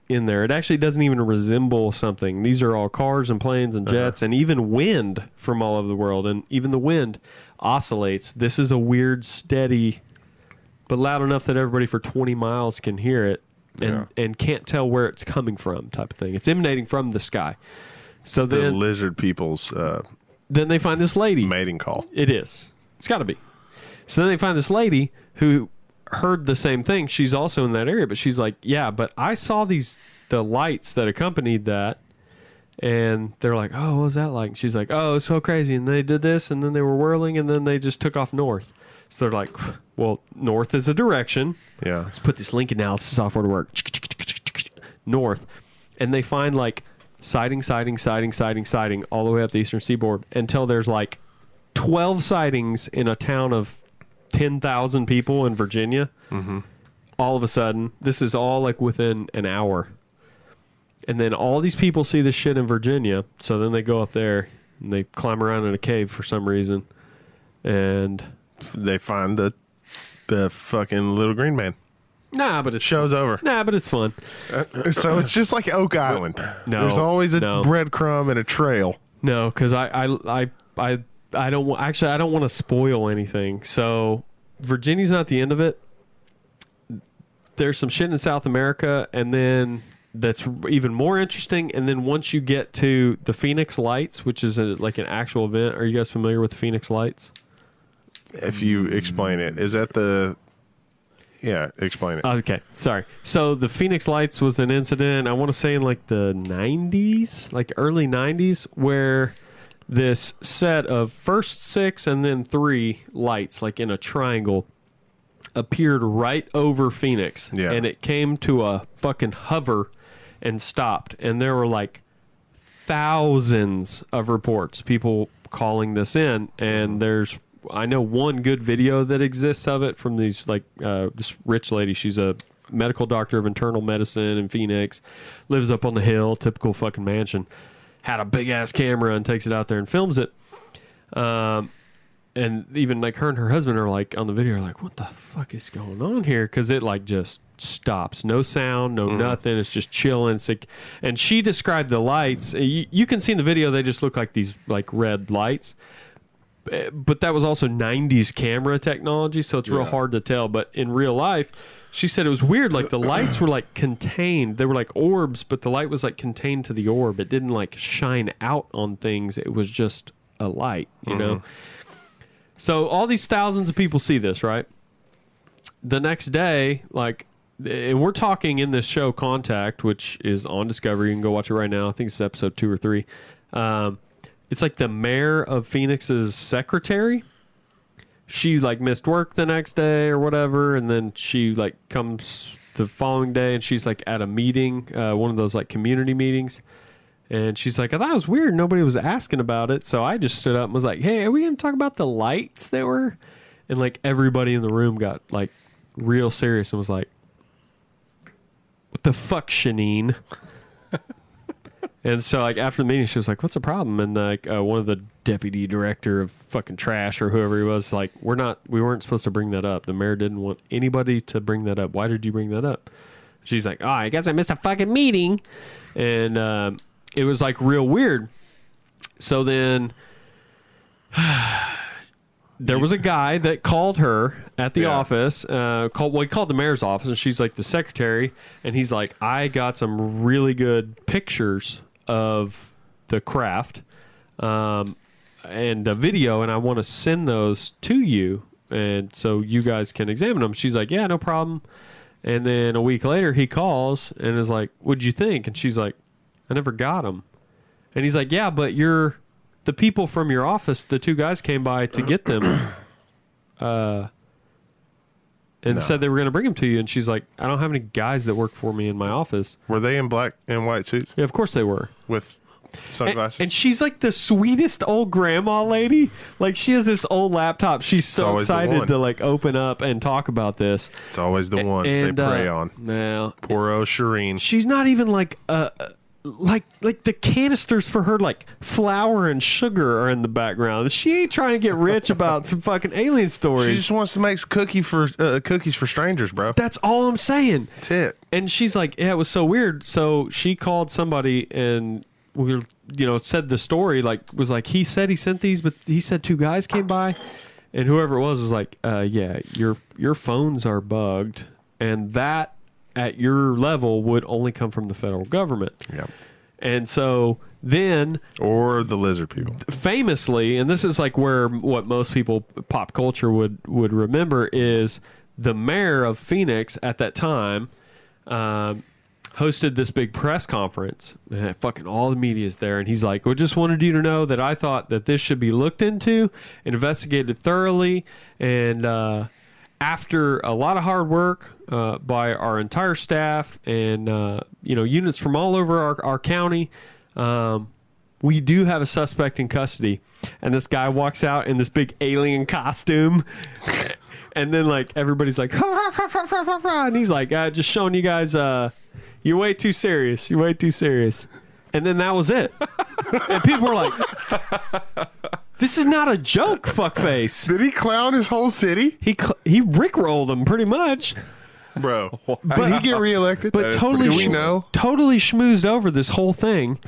A: In there, it actually doesn't even resemble something. These are all cars and planes and jets, and even wind from all over the world. And even the wind oscillates. This is a weird, steady, but loud enough that everybody for 20 miles can hear it and, and can't tell where it's coming from, type of thing. It's emanating from the sky. So
B: The
A: then,
B: lizard people's uh,
A: then they find this lady.
B: mating call.
A: It is. It's got to be. So then they find this lady who heard the same thing. She's also in that area, but she's like, "Yeah, but I saw these the lights that accompanied that." And they're like, "Oh, what was that like?" And she's like, "Oh, it's so crazy." And they did this, and then they were whirling, and then they just took off north. So they're like, "Well, north is a direction."
B: Yeah.
A: let's put this link analysis software to work north and they find like siding siding siding siding siding all the way up the eastern seaboard until there's like 12 sightings in a town of 10,000 people in Virginia all of a sudden this is all like within an hour and then all these people see this shit in Virginia so then they go up there and they climb around in a cave for some reason and
B: They find the the fucking little green man.
A: nah but it's
B: Show's over.
A: nah but it's fun
B: So it's just like Oak Island.
A: No,
B: There's always a
A: no.
B: breadcrumb and a trail.
A: No, because I, I, I, I, I don't wa- actually. I don't want to spoil anything. So Virginia's not the end of it. There's some shit in South America, and then that's even more interesting. And then once you get to the Phoenix Lights, which is a, like an actual event. Are you guys familiar with the Phoenix Lights?
B: If you explain it, is that the? Yeah, explain it.
A: Okay, sorry. So the Phoenix Lights was an incident, I want to say in like the 90s, like early 90s, where this set of first six and then three lights, like in a triangle, appeared right over Phoenix.
B: Yeah.
A: And it came to a fucking hover and stopped. And there were like thousands of reports, people calling this in, and there's I know one good video that exists of it from these like uh, this rich lady. She's a medical doctor of internal medicine in Phoenix, lives up on the hill, typical fucking mansion. Had a big ass camera and takes it out there and films it. Um, and even like her and her husband are like on the video, like, what the fuck is going on here? Because it like just stops, no sound, no nothing. It's just chilling. It's like, and she described the lights. You, you can see in the video they just look like these like red lights, Eh, but that was also '90s camera technology, so it's real
C: Yeah.
A: hard to tell. But in real life, she said it was weird. Like the lights were like contained. They were like orbs, but the light was like contained to the orb. It didn't like shine out on things. It was just a light, you know. So all these thousands of people see this, right? The next day, like, and we're talking in this show Contact, which is on Discovery. You can go watch it right now. I think it's episode two or three. Um, it's like the mayor of Phoenix's secretary. She like missed work the next day or whatever, and then she like comes the following day and she's like at a meeting, uh, one of those like community meetings. And she's like, I thought it was weird. Nobody was asking about it. So I just stood up and was like, hey, are we going to talk about the lights that were? And like everybody in the room got like real serious and was like, what the fuck, Shanine? and so like after the meeting, she was like, what's the problem? And like uh, one of the deputy director of fucking trash or whoever he was, like, we're not, we weren't supposed to bring that up. The mayor didn't want anybody to bring that up. Why did you bring that up? She's like, oh, I guess I missed a fucking meeting. And um, it was like real weird. So then [sighs] there was a guy that called her at the
C: Yeah.
A: office. Uh, called, well, he called the mayor's office, and she's like the secretary. And he's like, I got some really good pictures of the craft um, and a video, and I want to send those to you, and so you guys can examine them. She's like, yeah, no problem. And then a week later, he calls and is like, "What'd you think?" And she's like, "I never got them." And he's like, "Yeah, but your the people from your office, the two guys came by to get them, uh, and said they were going to bring them to you. And she's like, I don't have any guys that work for me in my office.
B: Were they in black and white suits
A: Yeah, of course they were.
B: with
A: And,
B: sunglasses?
A: and she's like the sweetest old grandma lady. Like she has this old laptop. She's so
B: always the
A: excited
B: one.
A: to like open up and talk about this.
B: it's always the one
A: and
B: they prey
A: uh,
B: on.
A: Now,
B: Poor old Shireen.
A: she's not even like uh like like the canisters for her like flour and sugar are in the background. She ain't trying to get rich about some fucking alien
B: She
A: stories.
B: just wants to make cookie for uh, cookies for strangers, bro.
A: That's all I'm saying.
B: That's it.
A: And she's like, "Yeah, it was so weird." So she called somebody and we were, you know, said the story like was like he said he sent these, but he said two guys came by and whoever it was was like, uh, "Yeah, your your phones are bugged and that at your level would only come from the federal government."
B: Yeah.
A: And so then
B: Or the lizard people.
A: famously, and this is like where what most people pop culture would would remember is the mayor of Phoenix at that time um, hosted this big press conference. And fucking all the media's there, and he's like, "We just wanted you to know that I thought that this should be looked into, and investigated thoroughly, and." Uh, after a lot of hard work uh, by our entire staff and uh, you know units from all over our, our county, um, we do have a suspect in custody. And this guy walks out in this big alien costume. [laughs] and then like everybody's like, and he's like, uh, just showing you guys, uh, you're way too serious. You're way too serious. And then that was it. [laughs] and people were like, this is not a joke, fuckface.
B: Did he clown his whole city,
A: He cl- he rickrolled him pretty much,
B: bro? Did he get reelected?
A: but totally
B: Do we
A: sh-
B: know?
A: totally schmoozed over this whole thing.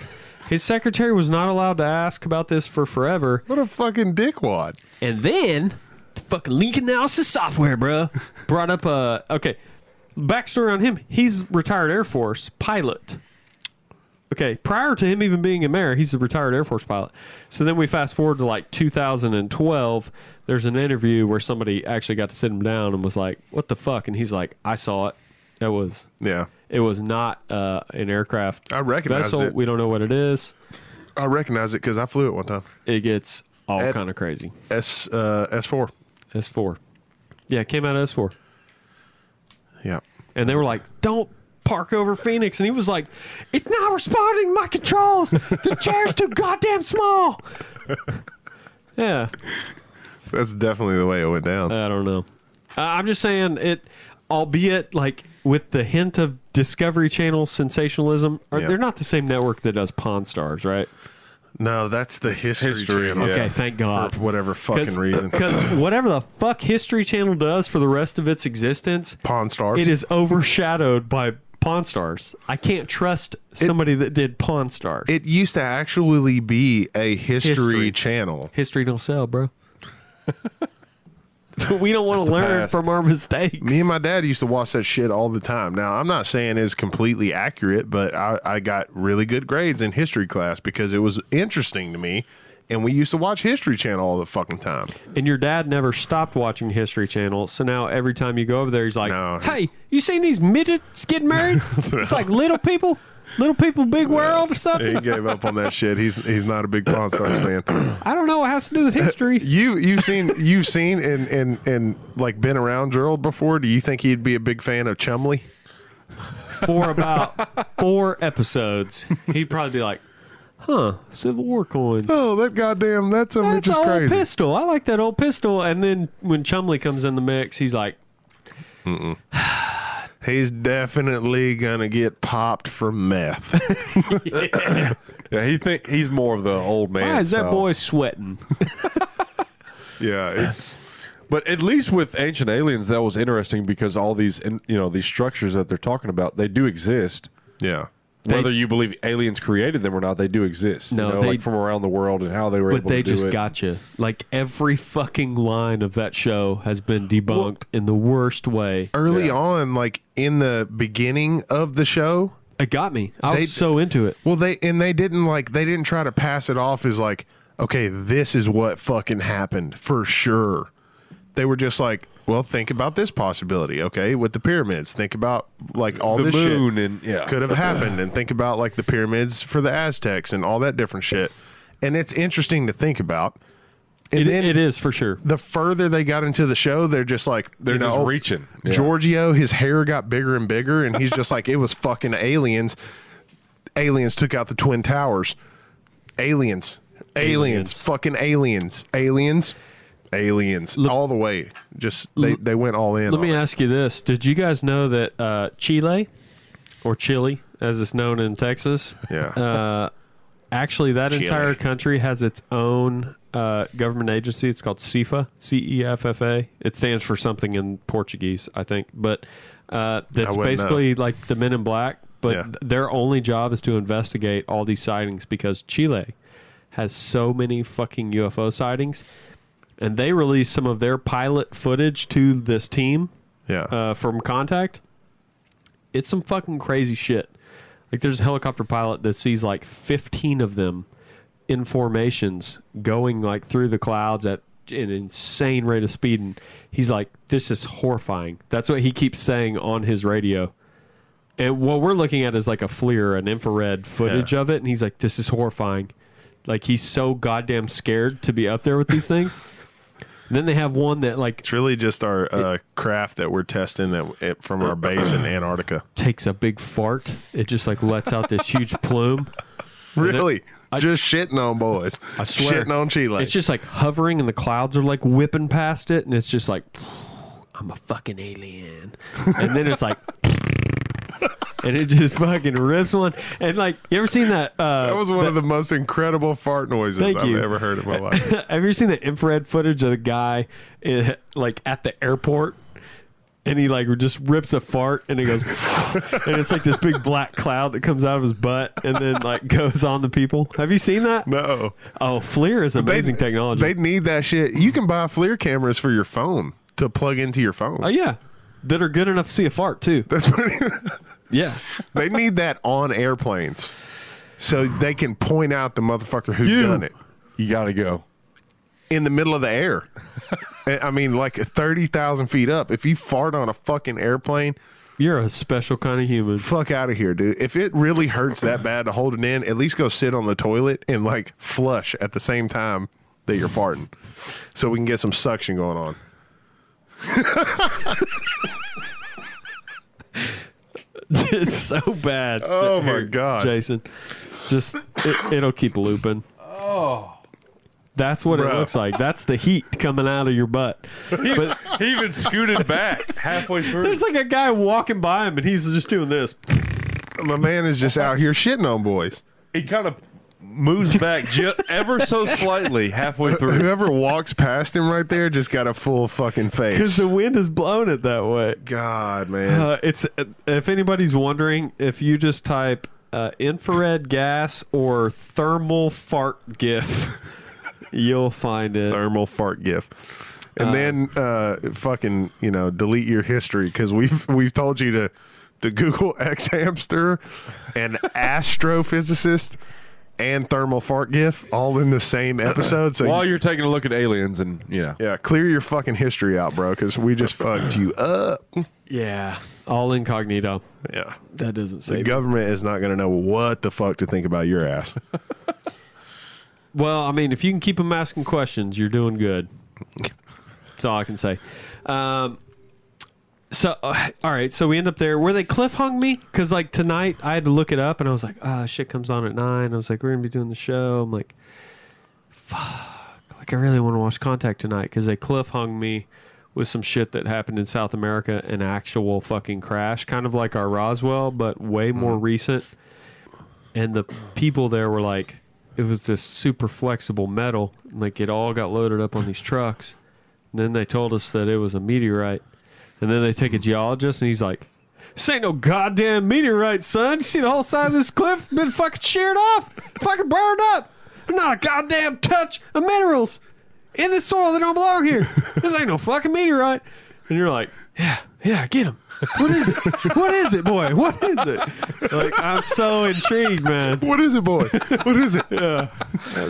A: His secretary was not allowed to ask about this for forever.
B: What a fucking dickwad.
A: And then the fucking Link Analysis software, bruh, brought up a okay backstory on him. He's retired Air Force pilot. Okay, prior to him even being a mayor, he's a retired Air Force pilot. So then we fast forward to like 2012. There's an interview where somebody actually got to sit him down and was like, "What the fuck?" And he's like, "I saw it. That was
B: Yeah,
A: it was not uh, an aircraft.
B: I recognized
A: vessel.
B: it.
A: We don't know what it is.
B: I recognize it because I flew it one time.
A: It gets all
B: Ed-
A: kind of crazy.
B: S uh, S four.
A: S four. Yeah, it came out of S four.
B: Yeah.
A: and they were like, "Don't park over Phoenix." And he was like, "It's not responding to my controls. The chair's too goddamn small." [laughs] yeah,
B: That's definitely the way it went down.
A: I don't know. Uh, I'm just saying it, albeit like with the hint of Discovery Channel sensationalism. Are,
B: Yeah.
A: They're not the same network that does Pawn Stars, right?
B: no, that's the history.
C: History,
B: channel.
C: yeah.
A: Okay, thank God.
B: For whatever fucking reason. [clears throat]
A: Because whatever the fuck History Channel does for the rest of its existence,
B: Pawn stars.
A: it is overshadowed by Pawn Stars. I can't trust somebody that did Pawn Stars.
B: It used to actually be a history,
A: History.
B: channel.
A: History don't sell, bro. [laughs] we don't want to learn
C: past.
A: from our mistakes.
B: Me and my dad used to watch that shit all the time. Now, I'm not saying it's completely accurate, but I, I got really good grades in history class because it was interesting to me. And we used to watch History Channel all the fucking time.
A: and your dad never stopped watching History Channel, so now every time you go over there, he's like,
B: No.
A: "Hey, you seen these midgets getting [laughs] married? It's like little people, little people, big world or something.
B: He gave up on that shit. He's he's not a big Pawn Stars fan.
A: I don't know what has to do with history."
B: You you've seen you've seen and and and like been around Gerald before. Do you think he'd be a big fan of Chumley?
A: [laughs] For about four episodes, he'd probably be like, "Huh, Civil War coins."
B: Oh, that goddamn that's something
A: That's an old pistol. I like that old pistol. And then when Chumley comes in the mix, he's like,
B: He's definitely gonna get popped for [laughs] meth.
C: Yeah, he think he's more of the old man.
A: "Why is that
C: style.
A: boy sweating?"
B: yeah,
C: But at least with Ancient Aliens, that was interesting because all these in- you know these structures that they're talking about, they do exist.
B: yeah.
C: Whether you believe aliens created them or not, they do exist.
A: No,
C: you know,
A: they-
C: like from around the world and how they were.
A: But
C: able
A: they
C: to do
A: just
C: it.
A: gotcha. Like every fucking line of that show has been debunked in the worst way.
B: Early on, like in the beginning of the show,
A: It got me. I was
B: They-
A: so into it.
B: well, they and they didn't like they didn't try to pass it off as like, okay, this is what fucking happened for sure. They were just like, well, think about this possibility, okay, with the pyramids. Think about like all
C: The
B: this
C: moon
B: shit
C: and- yeah.
B: could have happened, and think about like the pyramids for the Aztecs and all that different shit. and it's interesting to think about. And
A: It,
B: then
A: it is for sure.
B: the further they got into the show, they're just like
C: They're
B: you
C: just
B: know,
C: reaching. Yeah.
B: Giorgio, his hair got bigger and bigger, and he's just like it was fucking aliens. Aliens took out the twin towers. Aliens, aliens,
A: Aliens.
B: fucking aliens, aliens, aliens, all the way. Just they, they went all in.
A: Let
B: on
A: me
B: it.
A: ask you this: Did you guys know that uh, Chile, or Chile, as it's known in Texas,
B: yeah.
A: uh, actually that
B: Chile.
A: entire country has its own uh, government agency. It's called CEFA, C E F F A. It stands for something in Portuguese, I think, but uh, that's
B: wouldn't
A: basically like the Men in Black. But
B: Yeah.
A: th- their only job is to investigate all these sightings because Chile has so many fucking UFO sightings, and they released some of their pilot footage to this team
B: yeah.
A: uh, from Contact. It's some fucking crazy shit. Like there's a helicopter pilot that sees like 15 of them in formations going like through the clouds at an insane rate of speed, and he's like, "This is horrifying." That's what he keeps saying on his radio. And what we're looking at is like a FLIR, an infrared footage of it, and he's like, "This is horrifying." Like he's so goddamn scared to be up there with these things. [laughs] then they have one that like
B: It's really just our uh, craft that we're testing that it, from our
A: [clears throat]
B: base in Antarctica.
A: takes a big fart. It just like lets out this
B: [laughs]
A: huge plume.
B: Really,
A: I-
B: just shitting on boys.
A: I swear.
B: shitting on Chile.
A: It's just like hovering and the clouds are like whipping past it and it's just like I'm a fucking alien. And then it's like [laughs] and it just fucking rips one. And like you ever seen that uh [laughs]
B: that was one of the most incredible fart noises
A: Thank
B: I've
A: you.
B: ever heard in my life.
A: [laughs] have you ever seen the infrared footage of the guy in, like at the airport and he like just rips a fart and he goes [laughs] and it's like this big black cloud that comes out of his butt and then like [laughs] goes on the people have you seen that
B: No,
A: oh FLIR is amazing technology
B: They need that shit. You can buy FLIR cameras for your phone to plug into your phone.
A: oh yeah that are good enough to see a fart too
B: That's what
A: yeah
B: they need that on airplanes, so they can point out the motherfucker who's done it
C: You got to go.
B: in the middle of
A: [laughs]
B: the air. And, I mean, like thirty thousand feet up. If you fart on a fucking airplane,
A: you're a special kind of human [laughs]
B: fuck out of here, dude. If it really hurts that bad to hold it in, at least go sit on the toilet and like flush at the same time that you're farting, so we can get some suction going on.
A: it's so bad
B: Oh, my
A: Here,
B: God.
A: Jason just it, it'll keep looping oh that's what it
B: Bro.
A: looks like that's the heat coming out of your butt
B: [laughs]
A: but
C: He even scooted
A: [laughs]
C: back halfway through.
A: There's like a guy walking by him and he's just doing this.
B: My man is just out here shitting on boys.
C: He kind of moves back ju- ever so slightly halfway through.
B: Whoever walks past him right there just got a full fucking
A: Because
B: face.
A: the wind is blowing it that way.
B: God, man.
A: Uh, it's if anybody's wondering, if you just type uh, infrared gas or thermal fart gif, [laughs] you'll find it.
B: Thermal fart gif. And then uh, fucking, you know, delete your history because we've we've told you to to Google [laughs] X hamster and astrophysicist and thermal fart gif all in the same episode. So
C: While you're taking a look at aliens and, you know.
B: yeah, clear your fucking history out, bro, because we just fucked you up.
A: Yeah, all incognito.
B: Yeah.
A: That doesn't
B: The
A: save.
B: government is not going to know what the fuck to think about your ass.
A: Well, I mean, if you can keep them asking questions, you're doing good. That's all I can say. Um, so, uh, all right. So we end up there. Were they cliff hung me? Because like tonight, I had to look it up, and I was like, "Ah, shit comes on at nine. I was like, "We're gonna be doing the show." I'm like, "Fuck!" Like I really want to watch Contact tonight because they cliff hung me with some shit that happened in South America, an actual fucking crash, kind of like our Roswell, but way more recent and the people there were like it was this super flexible metal like it all got loaded up on these trucks and then they told us that it was a meteorite and then they take a geologist and he's like this ain't no goddamn meteorite son you see the whole side of this cliff been fucking sheared off fucking burned up not a goddamn touch of minerals in the soil that don't belong here this ain't no fucking meteorite and you're like yeah yeah get him what is it what is it boy what is it like i'm so intrigued man
B: [laughs] what is it, boy? What is [laughs] it?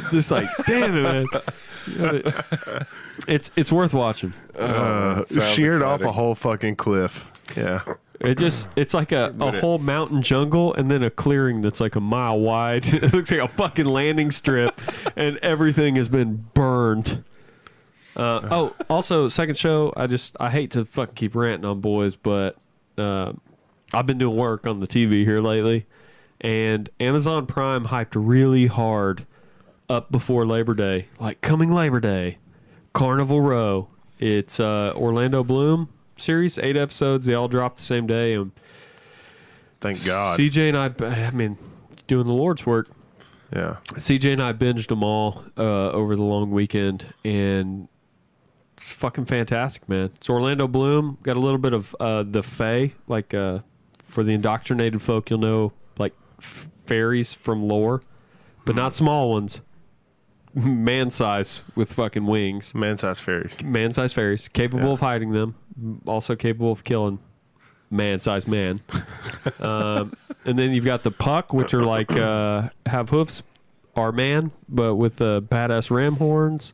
A: just like, damn it, man. You know, It's it's worth watching.
B: Uh,
C: sounds
B: sheared off
C: exciting.
B: a whole fucking cliff. Yeah.
A: It just it's like a, a
C: But it-
A: whole mountain jungle and then a clearing that's like a mile wide. [laughs] it looks like a fucking landing strip and everything has been burned. Uh, oh, also second show, I just I hate to fucking keep ranting on boys, but uh, I've been doing work on the TV here lately and Amazon Prime hyped really hard up before Labor Day. Like coming Labor Day, Carnival Row. It's uh, Orlando Bloom series, eight episodes. They all dropped the same day, and
B: Thank God.
A: CJ and I. I mean, doing the Lord's work.
B: yeah.
A: CJ and I binged them all uh, over the long weekend, and it's fucking fantastic, man. It's Orlando Bloom got a little bit of uh, the Fey, like uh, for the indoctrinated folk, you'll know like f- fairies from lore, but not small ones, [laughs] man size with fucking wings,
B: Man sized fairies.
A: man size fairies, capable of hiding them, also capable of killing man size
B: [laughs]
A: man. um, and then you've got the puck, which are like uh, have hoofs, are man, but with uh, badass ram horns.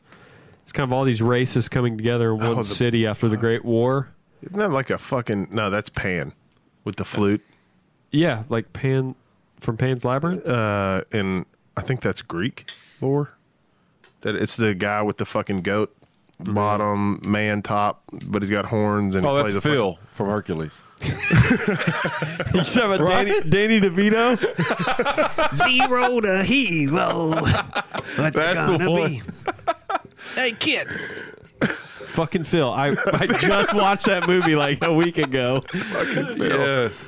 A: It's kind of all these races coming together in one
B: Oh, the- uh,
A: city after the Great War.
B: Isn't that like a fucking. No, that's Pan with the flute.
A: Yeah, like Pan from Pan's Labyrinth.
B: Uh, and I think that's Greek lore. That it's the guy with the fucking goat
A: Mm-hmm.
B: bottom, man top, but he's got horns and he
C: Oh, that's
B: plays a
C: Phil from Hercules.
A: [laughs] you talking about Danny, Danny DeVito?
D: Zero to hero. What's it
C: That's the
D: gonna
C: one.
D: be? Hey, kid.
A: Fucking Phil. I, I just watched that movie like a week ago.
C: Yes,
B: [laughs]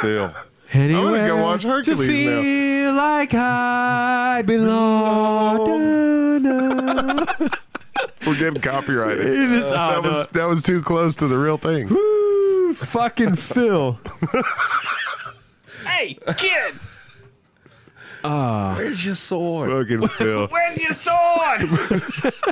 C: Phil.
A: Anyway,
B: gonna go watch Hercules
A: to
B: now.
A: feel like I belong.
B: We're getting
A: [laughs]
B: copyrighted.
A: is-
B: that
A: oh, no.
B: was that was too close to the real thing.
A: Ooh, fucking Phil.
D: Hey, kid.
C: Where's your sword?
A: [laughs]
B: fucking Phil,
D: Where's your sword?
C: [laughs]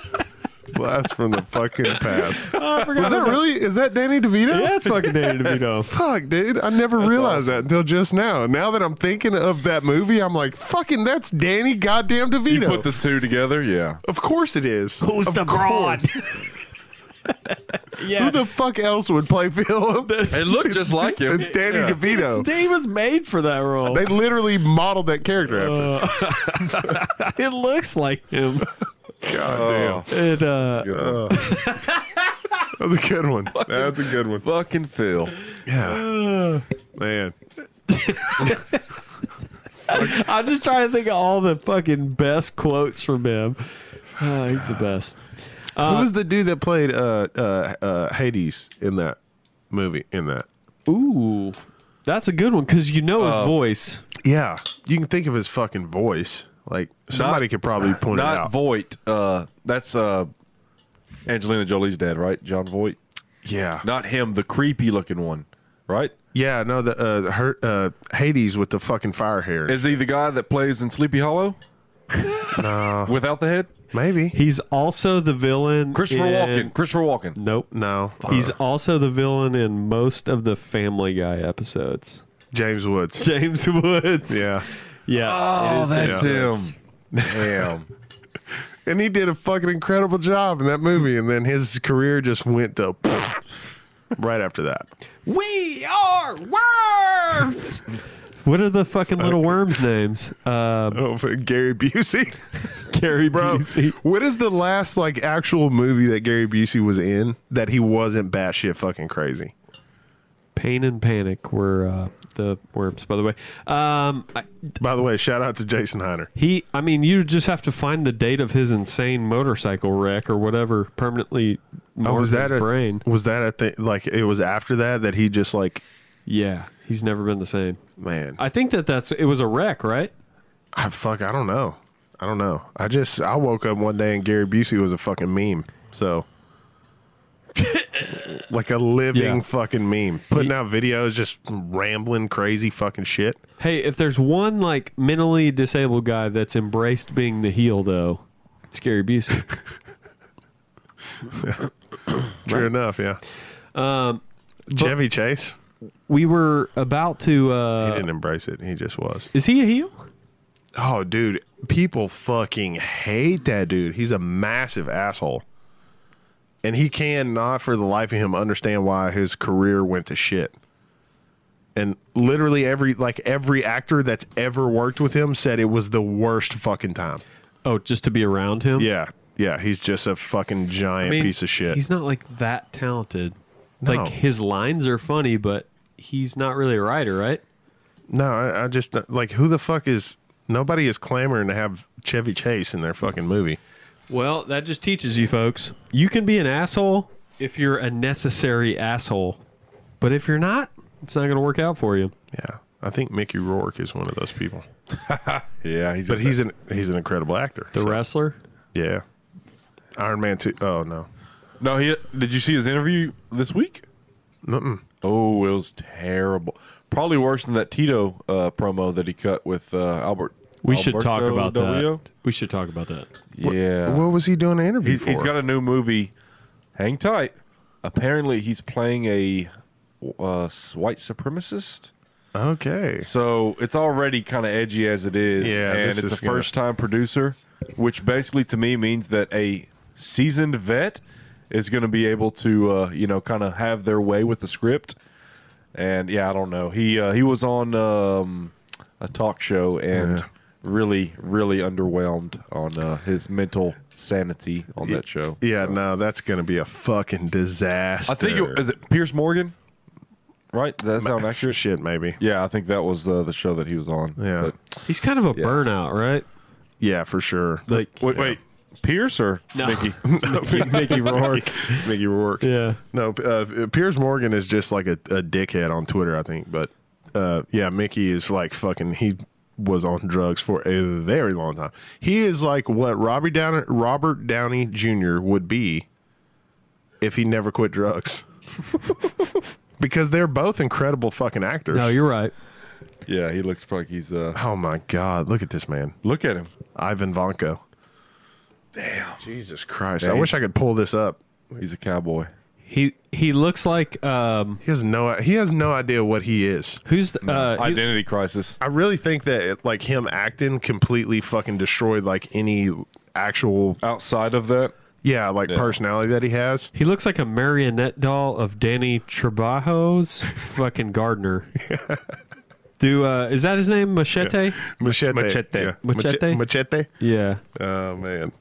B: blast from the fucking past.
A: [laughs] Oh, [laughs] I forgot
B: Was that
A: about-
B: really? Is that Danny DeVito?
A: Yeah, it's fucking
B: [laughs]
A: Danny DeVito.
B: Fuck, dude! I never realized that until just now. Now that I'm thinking of that movie, I'm like, fucking, that's Danny goddamn
C: You
B: DeVito.
C: put the two together, yeah.
B: of course it is.
D: Who's
B: Of
D: the broad?
B: course.
A: Yeah.
B: Who the fuck else would play [laughs] Phil?
C: It looked just like him.
B: It's Danny
C: Yeah.
B: DeVito.
A: Dave was made for that role.
B: They literally modeled that character after.
A: [laughs]
B: him.
A: It looks like him.
B: God
A: It, uh,
C: Good one.
B: damn, that's a good one. That's a good one.
C: Fucking Phil.
B: Yeah, man.
A: I'm just trying to think of all the fucking best quotes from him. Oh, he's the best.
B: Who was the dude that played uh, uh, uh, Hades in that movie? In that,
A: Ooh, that's a good one because you know his voice.
B: yeah, you can think of his fucking voice. Like somebody could probably point it
C: Not
B: out.
C: Voight. Uh, that's uh, Angelina Jolie's dad, right? John Voight.
B: yeah,
C: Not him, the creepy looking one, right?
B: yeah. No, the uh, her, uh, Hades with the fucking fire hair.
C: Is he the guy that plays in Sleepy Hollow? no. Without the head?
B: Maybe
A: He's also the villain.
C: Christopher
A: in-
C: Walken. Christopher Walken.
A: Nope.
B: no.
A: He's
B: Uh,
A: also the villain in most of the Family Guy episodes. [laughs]
B: James Woods.
A: James Woods.
B: Yeah,
A: Yeah.
C: Oh.
A: it is James Woods.
C: him. Damn.
B: [laughs] and he did a fucking incredible job in that movie, and then his career just went to [laughs] right after that.
D: We are worms.
A: What are the fucking little worms' names?
B: [laughs]
A: Uh,
B: Oh, Gary [laughs] Busey.
A: Gary
B: Bro,
A: Busey.
B: what is the last like actual movie that Gary Busey was in that he wasn't batshit fucking crazy?
A: Pain and Panic were uh, the worms, by the way. Um, I,
B: By the way, shout out to Jason Heiner.
A: he, I mean, you just have to find the date of his insane motorcycle wreck or whatever permanently marked
B: was Oh, that
A: his
B: a,
A: brain.
B: Was that a thing? Like it was after that that he just like
A: Yeah, he's never been the same.
B: man. I,
A: I think that that's it was a wreck, right?
B: fuck. I don't know. I don't know. I just I woke up one day and Gary Busey was a fucking meme.
A: [laughs]
B: So. like a living
A: Yeah.
B: fucking meme, putting
A: He-
B: out videos, just rambling crazy fucking shit.
A: Hey, if there's one like mentally disabled guy that's embraced being the heel, though, it's Gary
B: [laughs]
A: Busey.
B: True enough, yeah. Um, Chevy Chase,
A: we were about to.
B: he
A: Uh,
B: didn't embrace it. He just was.
A: is he a heel?
B: Oh, dude, people fucking hate that dude. He's a massive asshole. And he cannot for the life of him understand why his career went to shit. And literally every like every actor that's ever worked with him said it was the worst fucking time.
A: Oh, just to be around him.
B: Yeah, yeah, he's just a fucking giant
A: I mean,
B: piece of shit.
A: He's not like that talented.
B: No.
A: Like his lines are funny, but he's not really a writer, right?
B: No, I, I just like who the fuck is nobody is clamoring to have Chevy Chase in their fucking movie.
A: Well, that just teaches you folks. You can be an asshole if you're a necessary asshole. But if you're not, it's not going to work out for you.
B: Yeah, I think Mickey Rourke is one of those people,
C: Yeah, he's
B: but he's an he's an incredible actor.
A: The
B: so,
A: wrestler?
B: yeah, Iron Man two. Oh no,
C: no. He did you see his interview this week? Oh, it was terrible. Probably worse than that Tito uh, promo that he cut with uh, Albert.
A: We should
C: Alberto
A: talk about
C: W.
A: that. We should talk about that.
C: Yeah,
B: Uh, what was he doing an interview
C: He's,
B: for?
C: he's got a new movie. Hang tight. Apparently, he's playing a uh, s- white supremacist.
B: okay.
C: So it's already kind of edgy as it is.
B: Yeah,
C: and
B: this
C: it's
B: is
C: a
B: gonna-
C: first time producer, which basically to me means that a seasoned vet is going to be able to, uh, you know, kind of have their way with the script. And yeah, I don't know. He uh, he was on um, a talk show and really really underwhelmed on uh, his mental sanity on that show.
B: Yeah, no, that's gonna be a fucking disaster.
C: I think it is it Pierce Morgan, right? Does that sound accurate?
B: shit maybe.
C: Yeah, I think that was uh, the show that he was on.
B: Yeah.
A: He's kind of a burnout, right?
B: Yeah, for sure.
A: Like
C: Wait, wait. Pierce or
A: No.
C: Mickey?
B: Mickey, Mickey Rourke. Mickey Rourke.
A: Yeah.
B: No, uh, Piers Morgan is just like a, a dickhead on Twitter, I think. But uh, yeah, Mickey is like fucking. He was on drugs for a very long time. He is like what Robert Downey, Robert Downey Jr. would be if he never quit drugs. [laughs] because they're both incredible fucking actors.
A: No, you're right.
C: Yeah, he looks like he's uh
B: oh my god, look at this man,
C: look at him.
B: Ivan Vanko. Damn, Jesus Christ! I
C: Damn.
B: wish I could pull this up.
C: He's a cowboy.
A: He he looks like um
B: He has no. He has no idea what he is.
A: who's the, uh he-
C: Identity crisis.
B: I really think that it, like him acting completely fucking destroyed like any actual
C: Outside of that, [laughs]
B: yeah like personality that he has.
A: He looks like a marionette doll of Danny
C: [laughs]
A: Trebajo's fucking gardener. Do uh, is that his name? Machete.
B: Machete, machete,
A: Machete?
B: machete, machete.
A: Yeah.
B: Oh man,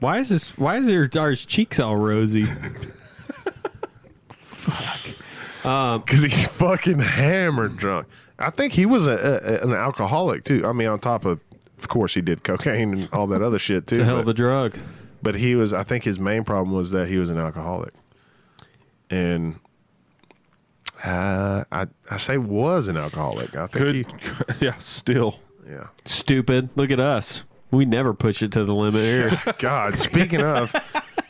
A: Why is this? Why is your are his cheeks all rosy?
B: because he's [laughs] fucking hammered drunk. I think he was a, a, an alcoholic too. I mean, on top of of course he did cocaine and all that other shit too.
A: the hell of
B: but,
A: a drug.
B: but he was. I think his main problem was that he was an alcoholic, and. Uh, I I say was an alcoholic. I think
C: could yeah, still.
B: he, yeah.
A: Stupid. Look at us. We never push it to the limit here.
B: [laughs] God, speaking of,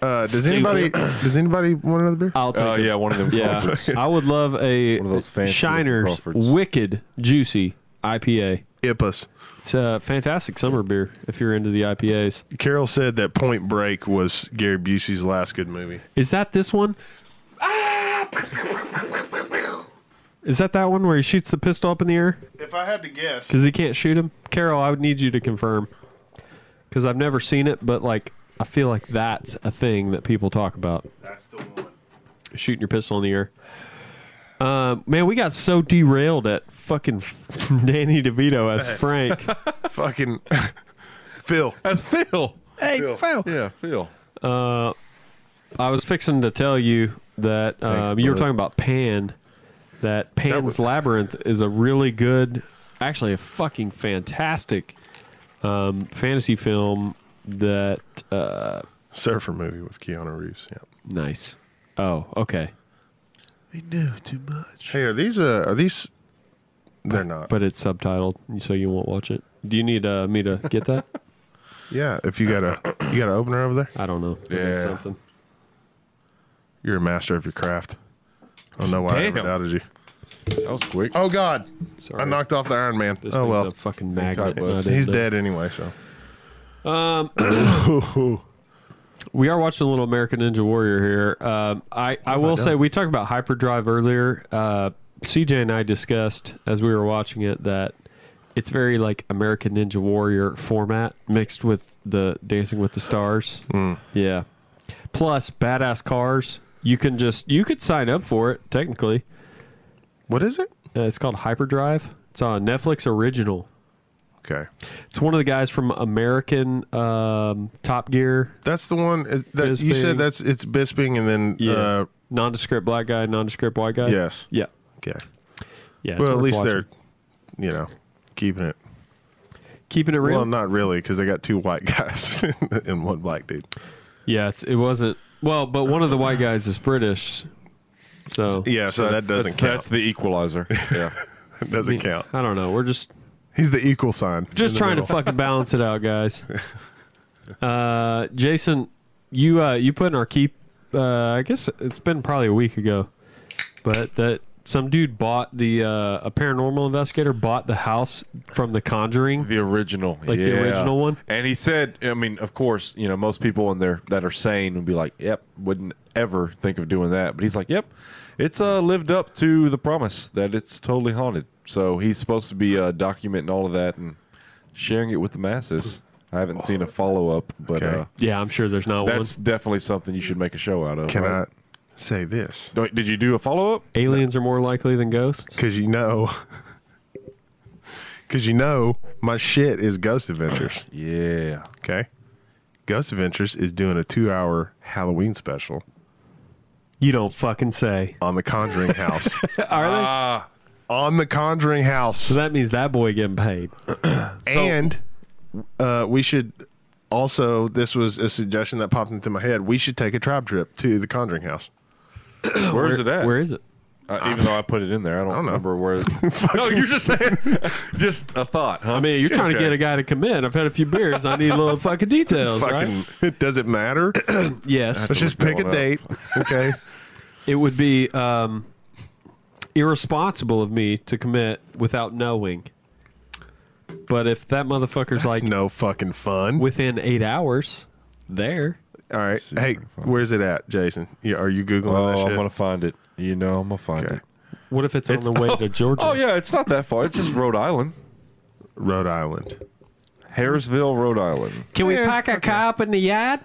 B: uh, does anybody does anybody want another beer?
A: I'll take.
C: Oh
A: it.
C: yeah, one of them
A: Yeah.
C: Crawfords.
A: I would love a
C: One of those fancy
A: Shiner's
C: Crawfords.
A: wicked juicy IPA.
B: Ippus.
A: It's a fantastic summer beer if you're into the IPAs.
B: Carol said that Point Break was Gary Busey's last good movie.
A: Is that this one? Is that that one where he shoots the pistol up in the air
B: If I had to guess,
A: because he can't shoot him? Carol, I would need you to confirm because I've never seen it, but like I feel like that's a thing that people talk about
B: that's the one.
A: shooting your pistol in the air. Um, man, we got so derailed at fucking [laughs] Danny DeVito as Frank.
B: Fucking [laughs] Phil.
C: That's Phil.
B: Hey, Phil.
C: [laughs] Yeah, Phil.
A: I was fixing to tell you that um, you were
C: bud.
A: talking about Pan. That Pan's
B: was-
A: Labyrinth is a really good, actually a fucking fantastic um, fantasy film. That uh,
B: Surfer movie with Keanu Reeves. Yeah.
A: nice. Oh, okay,
B: Hey, are these uh are these? They're not. But
A: but it's subtitled, so you won't watch it. Do you need uh, me to get
B: [laughs]
A: that?
B: yeah, if you got a you got an opener over there,
A: I don't know. I got
C: Yeah.
A: something.
B: you're a master of your craft. I don't know why I ever
C: Damn.
B: doubted you.
C: That was quick.
B: Oh God,
A: Sorry.
B: I knocked off the Iron Man.
A: This
B: oh
A: thing's
B: well,
A: a fucking magnet.
C: tight,
A: and I
C: bud.
A: didn't
B: he's
A: know.
B: dead anyway. So
A: We are watching Little American Ninja Warrior here. Um, I I will say we talked about Hyperdrive earlier. Uh, CJ and I discussed as we were watching it that it's very like American Ninja Warrior format mixed with the Dancing with the Stars. Yeah. Plus badass cars. You can just you could sign up for it technically.
B: what is it?
A: Uh, it's called Hyperdrive. It's on Netflix original.
B: Okay,
A: It's one of the guys from American um, Top Gear.
B: that's the one uh, that you
A: Bisping.
B: said. That's it's Bisping, and then uh,
A: nondescript black guy, nondescript white guy.
B: yes,
A: Yeah.
B: okay.
A: Yeah. it's
B: well, at
A: worth
B: least
A: watching.
B: they're, you know, keeping it.
A: keeping it real.
B: Well, not really, because they got two white [laughs] guys and one black dude.
A: yeah. It's, it wasn't. Well, but one of the white guys is British. So
B: Yeah, so,
C: That's-
B: that doesn't
C: that's, That's
B: count.
C: the equalizer. [laughs] Yeah.
B: That doesn't count. [laughs]
A: I don't know. We're just
B: He's the equal sign.
A: just trying to fucking balance it out,
B: [laughs]
A: guys. Uh, Jason, you uh, you put in our keep. Uh, I guess it's been probably a week ago, but that some dude bought the uh, a paranormal investigator bought the house from The Conjuring.
C: The original,
A: Like the
C: yeah.
A: original one?
C: And he said, I mean, of course, you know, most people in there that are sane would be like, "Yep, wouldn't ever think of doing that." But he's like, "Yep, it's uh, lived up to the promise that it's totally haunted." So he's supposed to be uh, documenting all of that and sharing it with the masses. I haven't seen a follow up, but
B: Okay.
C: uh,
A: Yeah, I'm sure there's not
C: that's
A: one.
C: definitely something you should make a show out of.
B: Can I
C: right?
B: say this?
C: Wait, Did you do a follow up?
A: Aliens are more likely than ghosts.
B: Because you know, [laughs] because you know, my shit is Ghost Adventures.
C: Yeah.
B: Okay, Ghost Adventures is doing a two-hour Halloween special
A: You don't fucking say.
B: on
A: [laughs]
B: the Conjuring House.
A: Are they?
C: Ah,
B: on the Conjuring House.
A: So that means that boy getting paid.
B: and uh, we should also this was a suggestion that popped into my head we should take a tribe trip to the
A: [laughs]
B: conjuring house
C: Where is it at?
A: Where is it?
C: Uh, even though I put it in there, I don't,
B: know.
C: remember where. no, you're just saying, [laughs] just a thought, huh?
A: I mean, you're trying to
B: Okay.
A: get a guy to come in. I've had a few beers. I need a little fucking details, right?
B: fucking does
A: [coughs]
B: it matter
A: Yes.
B: let's just
C: we're
B: pick a
C: going
B: date
A: [laughs]
B: okay
A: It would be um, irresponsible of me to commit without knowing. But if that motherfucker's
B: it's
A: like
B: no fucking fun
A: within eight hours, there.
B: all right hey where's it at jason yeah, are you googling
C: oh,
B: that shit
C: I'm gonna find it. You know, I'm gonna find
B: Okay.
C: it.
A: What if it's, on the way to Georgia?
C: Oh yeah, it's not that far. It's just Rhode Island,
B: rhode island
C: Harrisville, Rhode Island.
A: Can we
B: Yeah,
A: pack a cop in the yard?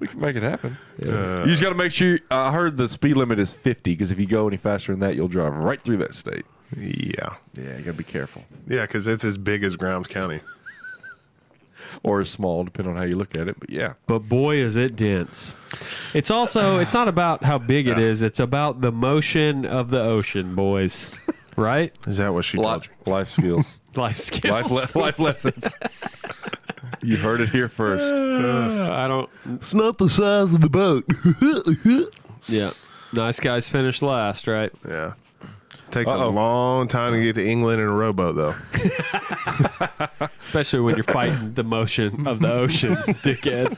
C: We can make it happen. Uh, you just got to make sure. I heard the speed limit is 50 because if you go any faster than that, you'll drive right through that state.
B: yeah
C: Yeah, you gotta be careful,
B: yeah because it's as big as grimes county
C: or it's small, depending on how you look at it. But yeah,
A: but boy is it dense it's also it's not about how big it is it's about the motion of the ocean boys
B: [laughs]
A: right
B: is that what she told
C: life, [sighs]
B: you
C: life [laughs] skills,
A: life skills
C: life, le- life [laughs] lessons. you heard it here first.
A: i don't
B: it's not the size of the boat [laughs]
A: yeah nice guys finish last right
B: yeah takes
C: Uh-oh.
B: a long time to get to england in a rowboat though
A: especially when you're fighting the motion of the
B: [laughs]
A: ocean dickhead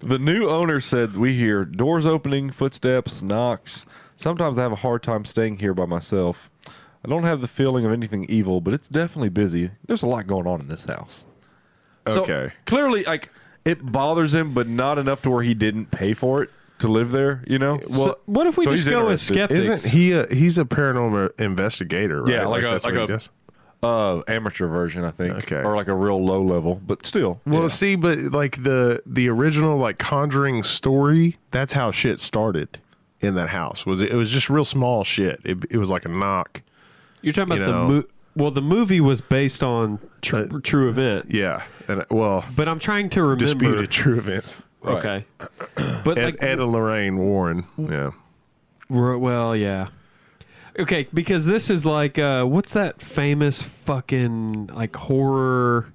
C: The new owner said we hear doors opening, footsteps, knocks. Sometimes I have a hard time staying here by myself. I don't have the feeling of anything evil, but it's definitely busy. There's a lot going on in this house. So,
B: Okay.
C: clearly, like it bothers him, but not enough to where he didn't pay for it to live there. You know.
A: well what if we
C: so
A: just
C: he's
A: go with
C: interested.
A: skeptics
B: Isn't he? A, he's a paranormal investigator, right?
C: Yeah, like a-
B: that's
C: like
B: what he
C: a-
B: does?
C: uh, amateur version, I think,
B: Okay.
C: or like a real low level, but still.
B: Well,
C: yeah.
B: see, but like the the original like Conjuring story, that's how shit started in that house. Was it, it was just real small shit. It, it was like a knock.
A: you're talking about
B: you
A: the
B: know-
A: mo- well the movie was based on tr-
B: Uh,
A: true event
B: Yeah, and well,
A: but i'm trying to remember
B: disputed true events.
C: Right.
A: okay but
B: Ed,
A: like
B: Ed and Lorraine Warren. Yeah,
A: Ro- Well, yeah. Okay, because this is like uh, what's that famous fucking like horror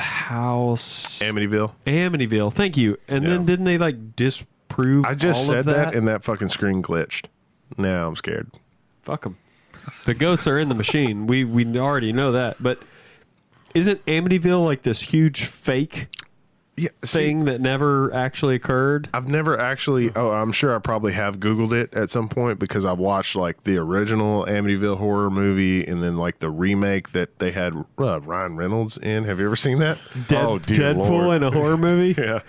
A: house
B: Amityville.
A: Amityville. Thank you. And then
B: Yeah.
A: didn't they like disprove?
B: I just
A: all
B: said
A: of
B: that?
A: that,
B: and that fucking screen glitched. Now I'm scared.
A: fuck them. The ghosts are in the machine. We we already know that, but isn't Amityville like this huge fake
B: Yeah,
A: thing that never actually occurred?
B: I've never actually. Oh, I'm sure I probably have Googled it at some point because I watched like the original Amityville horror movie and then like the remake that they had uh, Ryan Reynolds in. Have you ever seen that?
C: Oh, dear
A: Deadpool
C: Lord.
A: in a horror movie.
B: yeah,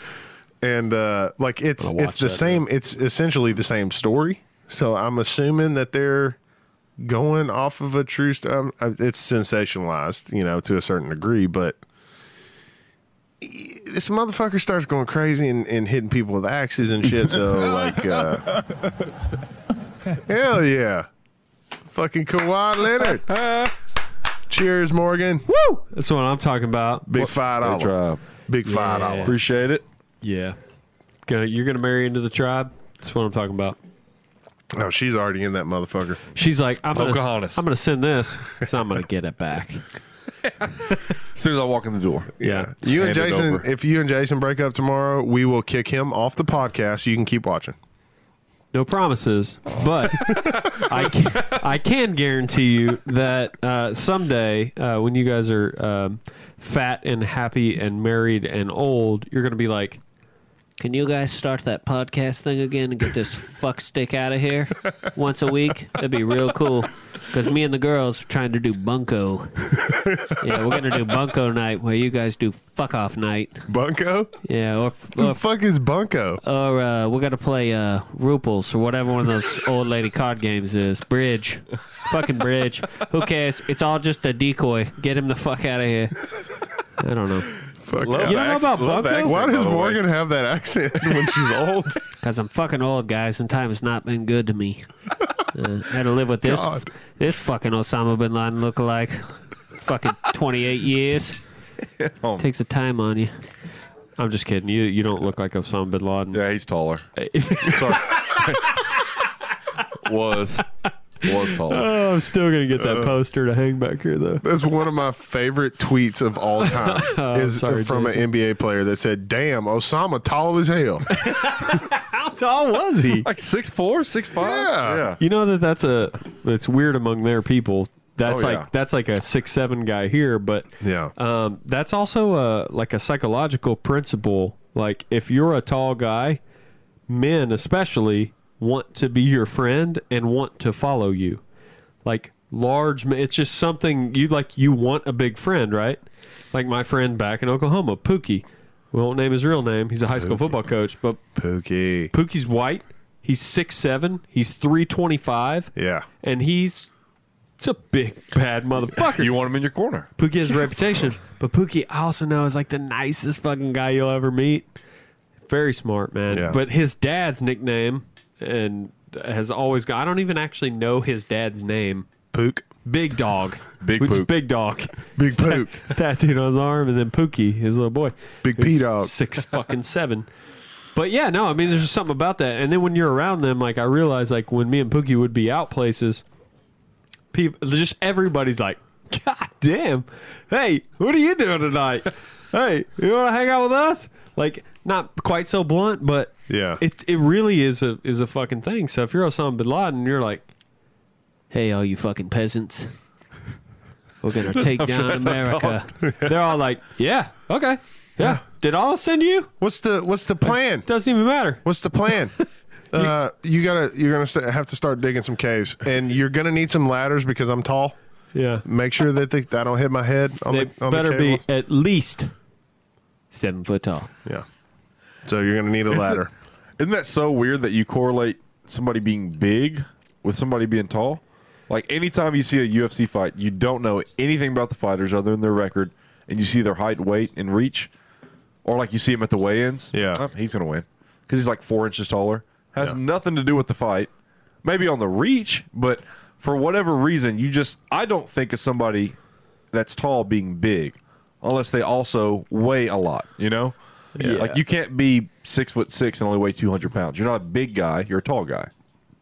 B: and uh, like it's
A: gonna watch
B: it's the
A: that,
B: same. It's essentially the same story. So I'm assuming that they're going off of a true. St- um, uh, it's sensationalized, you know, to a certain degree, but. this motherfucker starts going crazy and, and hitting people with axes and
A: [laughs]
B: shit. So like, uh, hell yeah, fucking Kawhi Leonard. Cheers, Morgan.
A: Woo! That's what I'm talking about.
B: Big five
C: Hey,
B: dollar.
C: Tribe.
B: Big five dollar.
C: Appreciate it.
A: Yeah. Gonna, you're going to marry into the tribe? That's what I'm talking about.
B: Oh, she's already in that motherfucker.
A: She's like, I'm going to
C: Pocahontas.
A: I'm gonna send this, so I'm going to get it back.
C: As soon as I walk in the door.
A: [laughs] Yeah.
B: You and
C: Hand it
B: Jason,
C: over.
B: if you and Jason break up tomorrow, we will kick him off the podcast. You can keep watching.
A: No promises, [laughs] but I, can, I can guarantee you that uh, someday uh, when you guys are um, fat and happy and married and old, you're going to be like,
D: Can you guys start that podcast thing again and get this fuck stick out of
A: "Eh,
D: here once a week? That'd be real cool. Because me and the girls are trying to
A: [laughs]
D: do bunko. Yeah, we're gonna do bunko night where you guys do fuck off night.
B: Bunko?
D: Yeah, or
B: Who
D: or,
B: the fuck is Bunko?
D: or uh, we're gonna play uh, Ruples or whatever one
A: [laughs]
D: of those old lady card games is. Bridge, fucking bridge. Who cares? It's all just a decoy. Get him the fuck out of here. I don't know.
B: Fuck
C: Love
B: yeah.
A: You don't know about
C: Love
A: Bunko?
C: the accent,
B: Why does
C: by the way.
B: Morgan have that accent [laughs] when she's old?
D: Cause I'm fucking old, guys, and time has not been good to me. Uh, had to live with this
B: God.
D: this fucking Osama bin Laden lookalike, fucking 28 years.
A: Oh.
D: Takes a time on you.
A: I'm just kidding. You you don't look like Osama bin Laden.
C: Yeah, he's taller.
D: [laughs]
C: Sorry. was. Was taller.
A: Oh, I'm still gonna get that poster to hang back here though.
B: That's one of my favorite tweets of all
C: [laughs]
B: time.
C: Oh,
B: is
A: sorry,
B: from
A: Jason.
B: an NBA player that said, "Damn, Osama tall as
C: [laughs]
B: hell."
A: How tall was he?
C: Like six four, six five.
B: Yeah.
A: you know that that's a it's weird among their people. That's
C: Oh,
A: like
C: yeah.
A: that's like a six seven guy here, but
B: Yeah.
C: Uh,
A: um, that's also a like a psychological principle. Like if you're a tall guy, men especially want to be your friend and want to follow you. Like large, men- it's just something you like. You want a big friend, right? Like my friend back in Oklahoma, Pookie. We won't name his real name. He's a high school football coach, but
B: Pookie.
A: Pookie's white. He's six seven. He's three twenty five.
B: Yeah.
A: and he's it's a big bad motherfucker.
C: [laughs] You want him in your corner.
A: Pookie has a reputation, but Pookie I also know is like the nicest fucking guy you'll ever meet. Very smart man.
B: Yeah.
A: But his dad's nickname and has always got. I don't even actually know his dad's name.
B: Pook.
A: Big dog.
C: Big
A: Which is
C: Pook.
A: Big dog. [laughs]
B: Big
A: It's ta-
B: Pook.
A: it's tattooed on his arm, and then Pookie, his little boy.
B: Big
A: who's
B: P-Dog.
A: Six fucking seven. But yeah, no, I mean, there's just something about that. And then when you're around them, like I realize, like when me and Pookie would be out places, people, just everybody's like, God damn, hey, what are you doing tonight? hey, you want to hang out with us? Like, not quite so blunt, but
B: Yeah.
A: it it really is a is a fucking thing. So if you're Osama bin Laden, you're like,
D: Hey, all you [laughs] fucking peasants. We're
C: [laughs]
D: gonna take down America.
A: They're all like, yeah, okay, yeah. Did all send you?
B: What's the What's the plan?
A: Doesn't even matter.
B: What's the
C: [laughs]
B: plan? Uh, you gotta, you're gonna st- have to start digging some caves, and you're gonna need some ladders because I'm tall.
A: Yeah,
B: Make sure that they, I don't hit my head on
A: they
B: the on
A: better
B: the
A: be
B: cables.
A: at least.
D: Seven foot tall.
B: Yeah. So you're gonna need a ladder.
C: Isn't that so weird that you correlate somebody being big with somebody being tall? Like anytime you see a UFC fight, you don't know anything about the fighters other than their record, and you see their height, weight, and reach, or like you see him at the weigh-ins.
B: Yeah.
C: "Oh, he's gonna win because he's like four inches taller. Has
B: Yeah.
C: nothing to do with the fight. Maybe on the reach, but for whatever reason, you just I don't think of somebody that's tall being big unless they also weigh a lot. You know.
A: Yeah.
C: Like you can't be six foot six and only weigh two hundred pounds. You're not a big guy. You're a tall guy.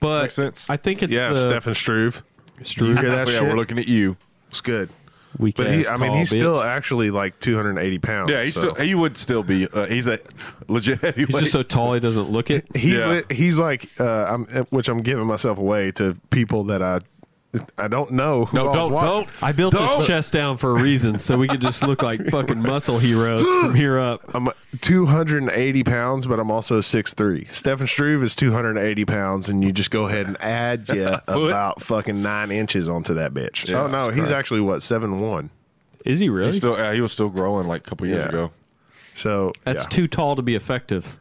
A: But
C: Makes sense.
A: I think it's
B: yeah,
A: the
B: Stefan Struve.
A: [laughs]
B: You hear that
C: [laughs] yeah,
B: shit?
C: we're looking at you.
B: it's good.
A: weak
B: But he,
A: ass
B: I mean,
A: tall
B: he's
A: bitch.
B: still actually like 280 pounds.
C: Yeah, he's
B: so-
C: still he would still be. Uh, he's a legit [laughs] heavyweight.
A: He's just so tall he doesn't look
B: [laughs]
A: it.
B: he
C: Yeah.
B: li- he's like uh, I'm, which I'm giving myself away to people that I I don't know. Who
C: No,
B: I was
C: don't,
B: watching.
C: don't.
A: I built
C: Don't-
A: this chest down for a reason, so we could just look
B: [laughs]
A: like fucking muscle heroes from here up.
B: I'm 280 pounds, but I'm also 6'3". Stefan Struve is 280 pounds, and you just go ahead and
C: [laughs]
B: add yeah about fucking nine inches onto that bitch. oh no, he's
C: Christ.
B: actually what seven one.
A: Is he really?
C: He's still yeah, he was still growing like a couple years
B: Yeah.
C: ago.
B: So
A: that's
B: yeah.
A: too tall to be effective.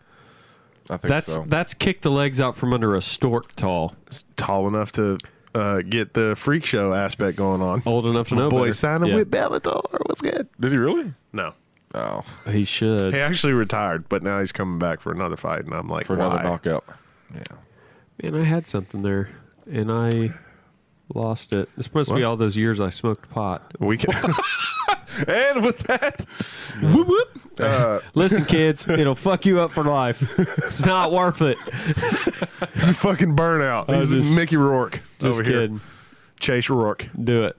C: I think
A: That's
C: so.
A: that's kick the legs out from under a stork tall,
B: tall enough to uh, get the freak show aspect going on.
A: Oh, old enough to know.
B: Boy,
A: better.
B: signing
A: Yeah.
B: with Bellator. What's good?
C: Did he really?
B: No.
C: Oh,
A: He should.
B: He actually retired, but now he's coming back for another fight, and I'm like,
C: for another
B: why?
C: knockout.
A: Man, I had something there, and I lost it. It's supposed to be all those years I smoked pot.
B: We
C: [laughs]
B: can. [laughs]
C: And with that,
B: whoop, whoop. Uh,
A: Listen,
B: [laughs]
A: kids, it'll fuck you up for life. It's not worth it.
B: he's a fucking burnout.
A: I was
B: He's
A: just-
B: Mickey Rourke
A: Just
B: over
A: kidding.
B: here. Chase Rourke.
A: Do it.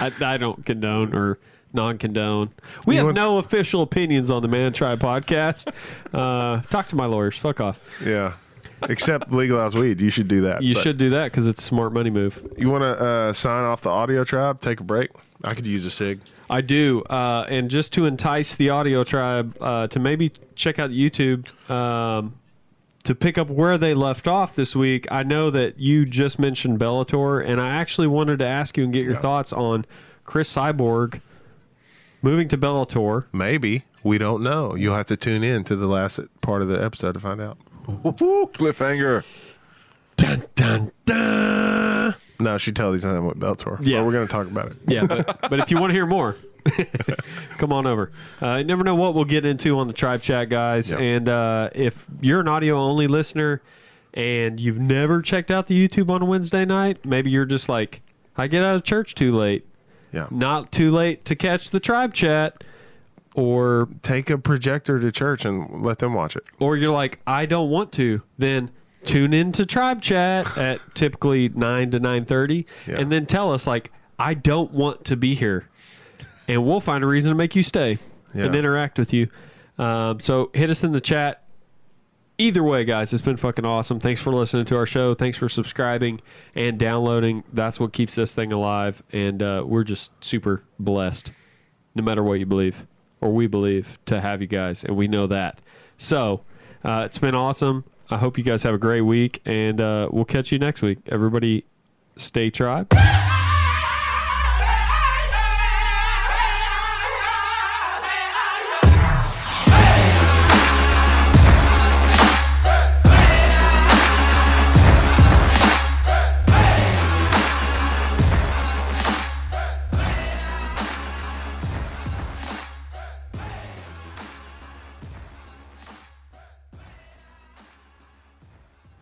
A: I, I don't condone or non-condone. We
B: You
A: have
B: want-
A: no official opinions on the Man Tribe podcast. Uh, talk to my lawyers. Fuck off.
B: Yeah. Except legalize weed. You should do that.
A: You
B: But
A: should do that because it's a smart money move.
B: You want to uh, sign off the audio tribe? Take a break. I could use a sig.
A: I do. Uh, and just to entice the audio tribe uh, to maybe check out YouTube um, to pick up where they left off this week, I know that you just mentioned Bellator, and I actually wanted to ask you and get your thoughts on Chris Cyborg moving to Bellator.
B: Maybe we don't know. You'll have to tune in to the last part of the episode to
A: [laughs]
B: find out.
C: woo-hoo, cliffhanger.
A: Dun, dun, dun.
B: No, she tell these on what Bellator.
A: Yeah.
B: but we're gonna talk about it.
A: Yeah, but, but if you want to hear more, [laughs] come on over. Uh, you never know what we'll get into on the Tribe Chat, guys.
B: Yeah.
A: And uh, if you're an audio only listener and you've never checked out the YouTube on a Wednesday night, maybe you're just like, I get out of church too late.
B: Yeah,
A: Not too late to catch the Tribe Chat. Or,
B: take a projector to church and let them watch it.
A: or you're like, I don't want to. Then tune in to Tribe
B: [laughs]
A: Chat at typically nine to nine thirty,
B: Yeah.
A: and then tell us like, I don't want to be here, and we'll find a reason to make you stay and
B: Yeah.
A: interact with you. Um, so hit us in the chat. Either way, guys, it's been fucking awesome. Thanks for listening to our show. Thanks for subscribing and downloading. That's what keeps this thing alive, and uh, we're just super blessed, no matter what you believe or we believe, to have you guys, and we know that. So uh, it's been awesome. I hope you guys have a great week, and uh, we'll catch you next week. Everybody, stay tribe.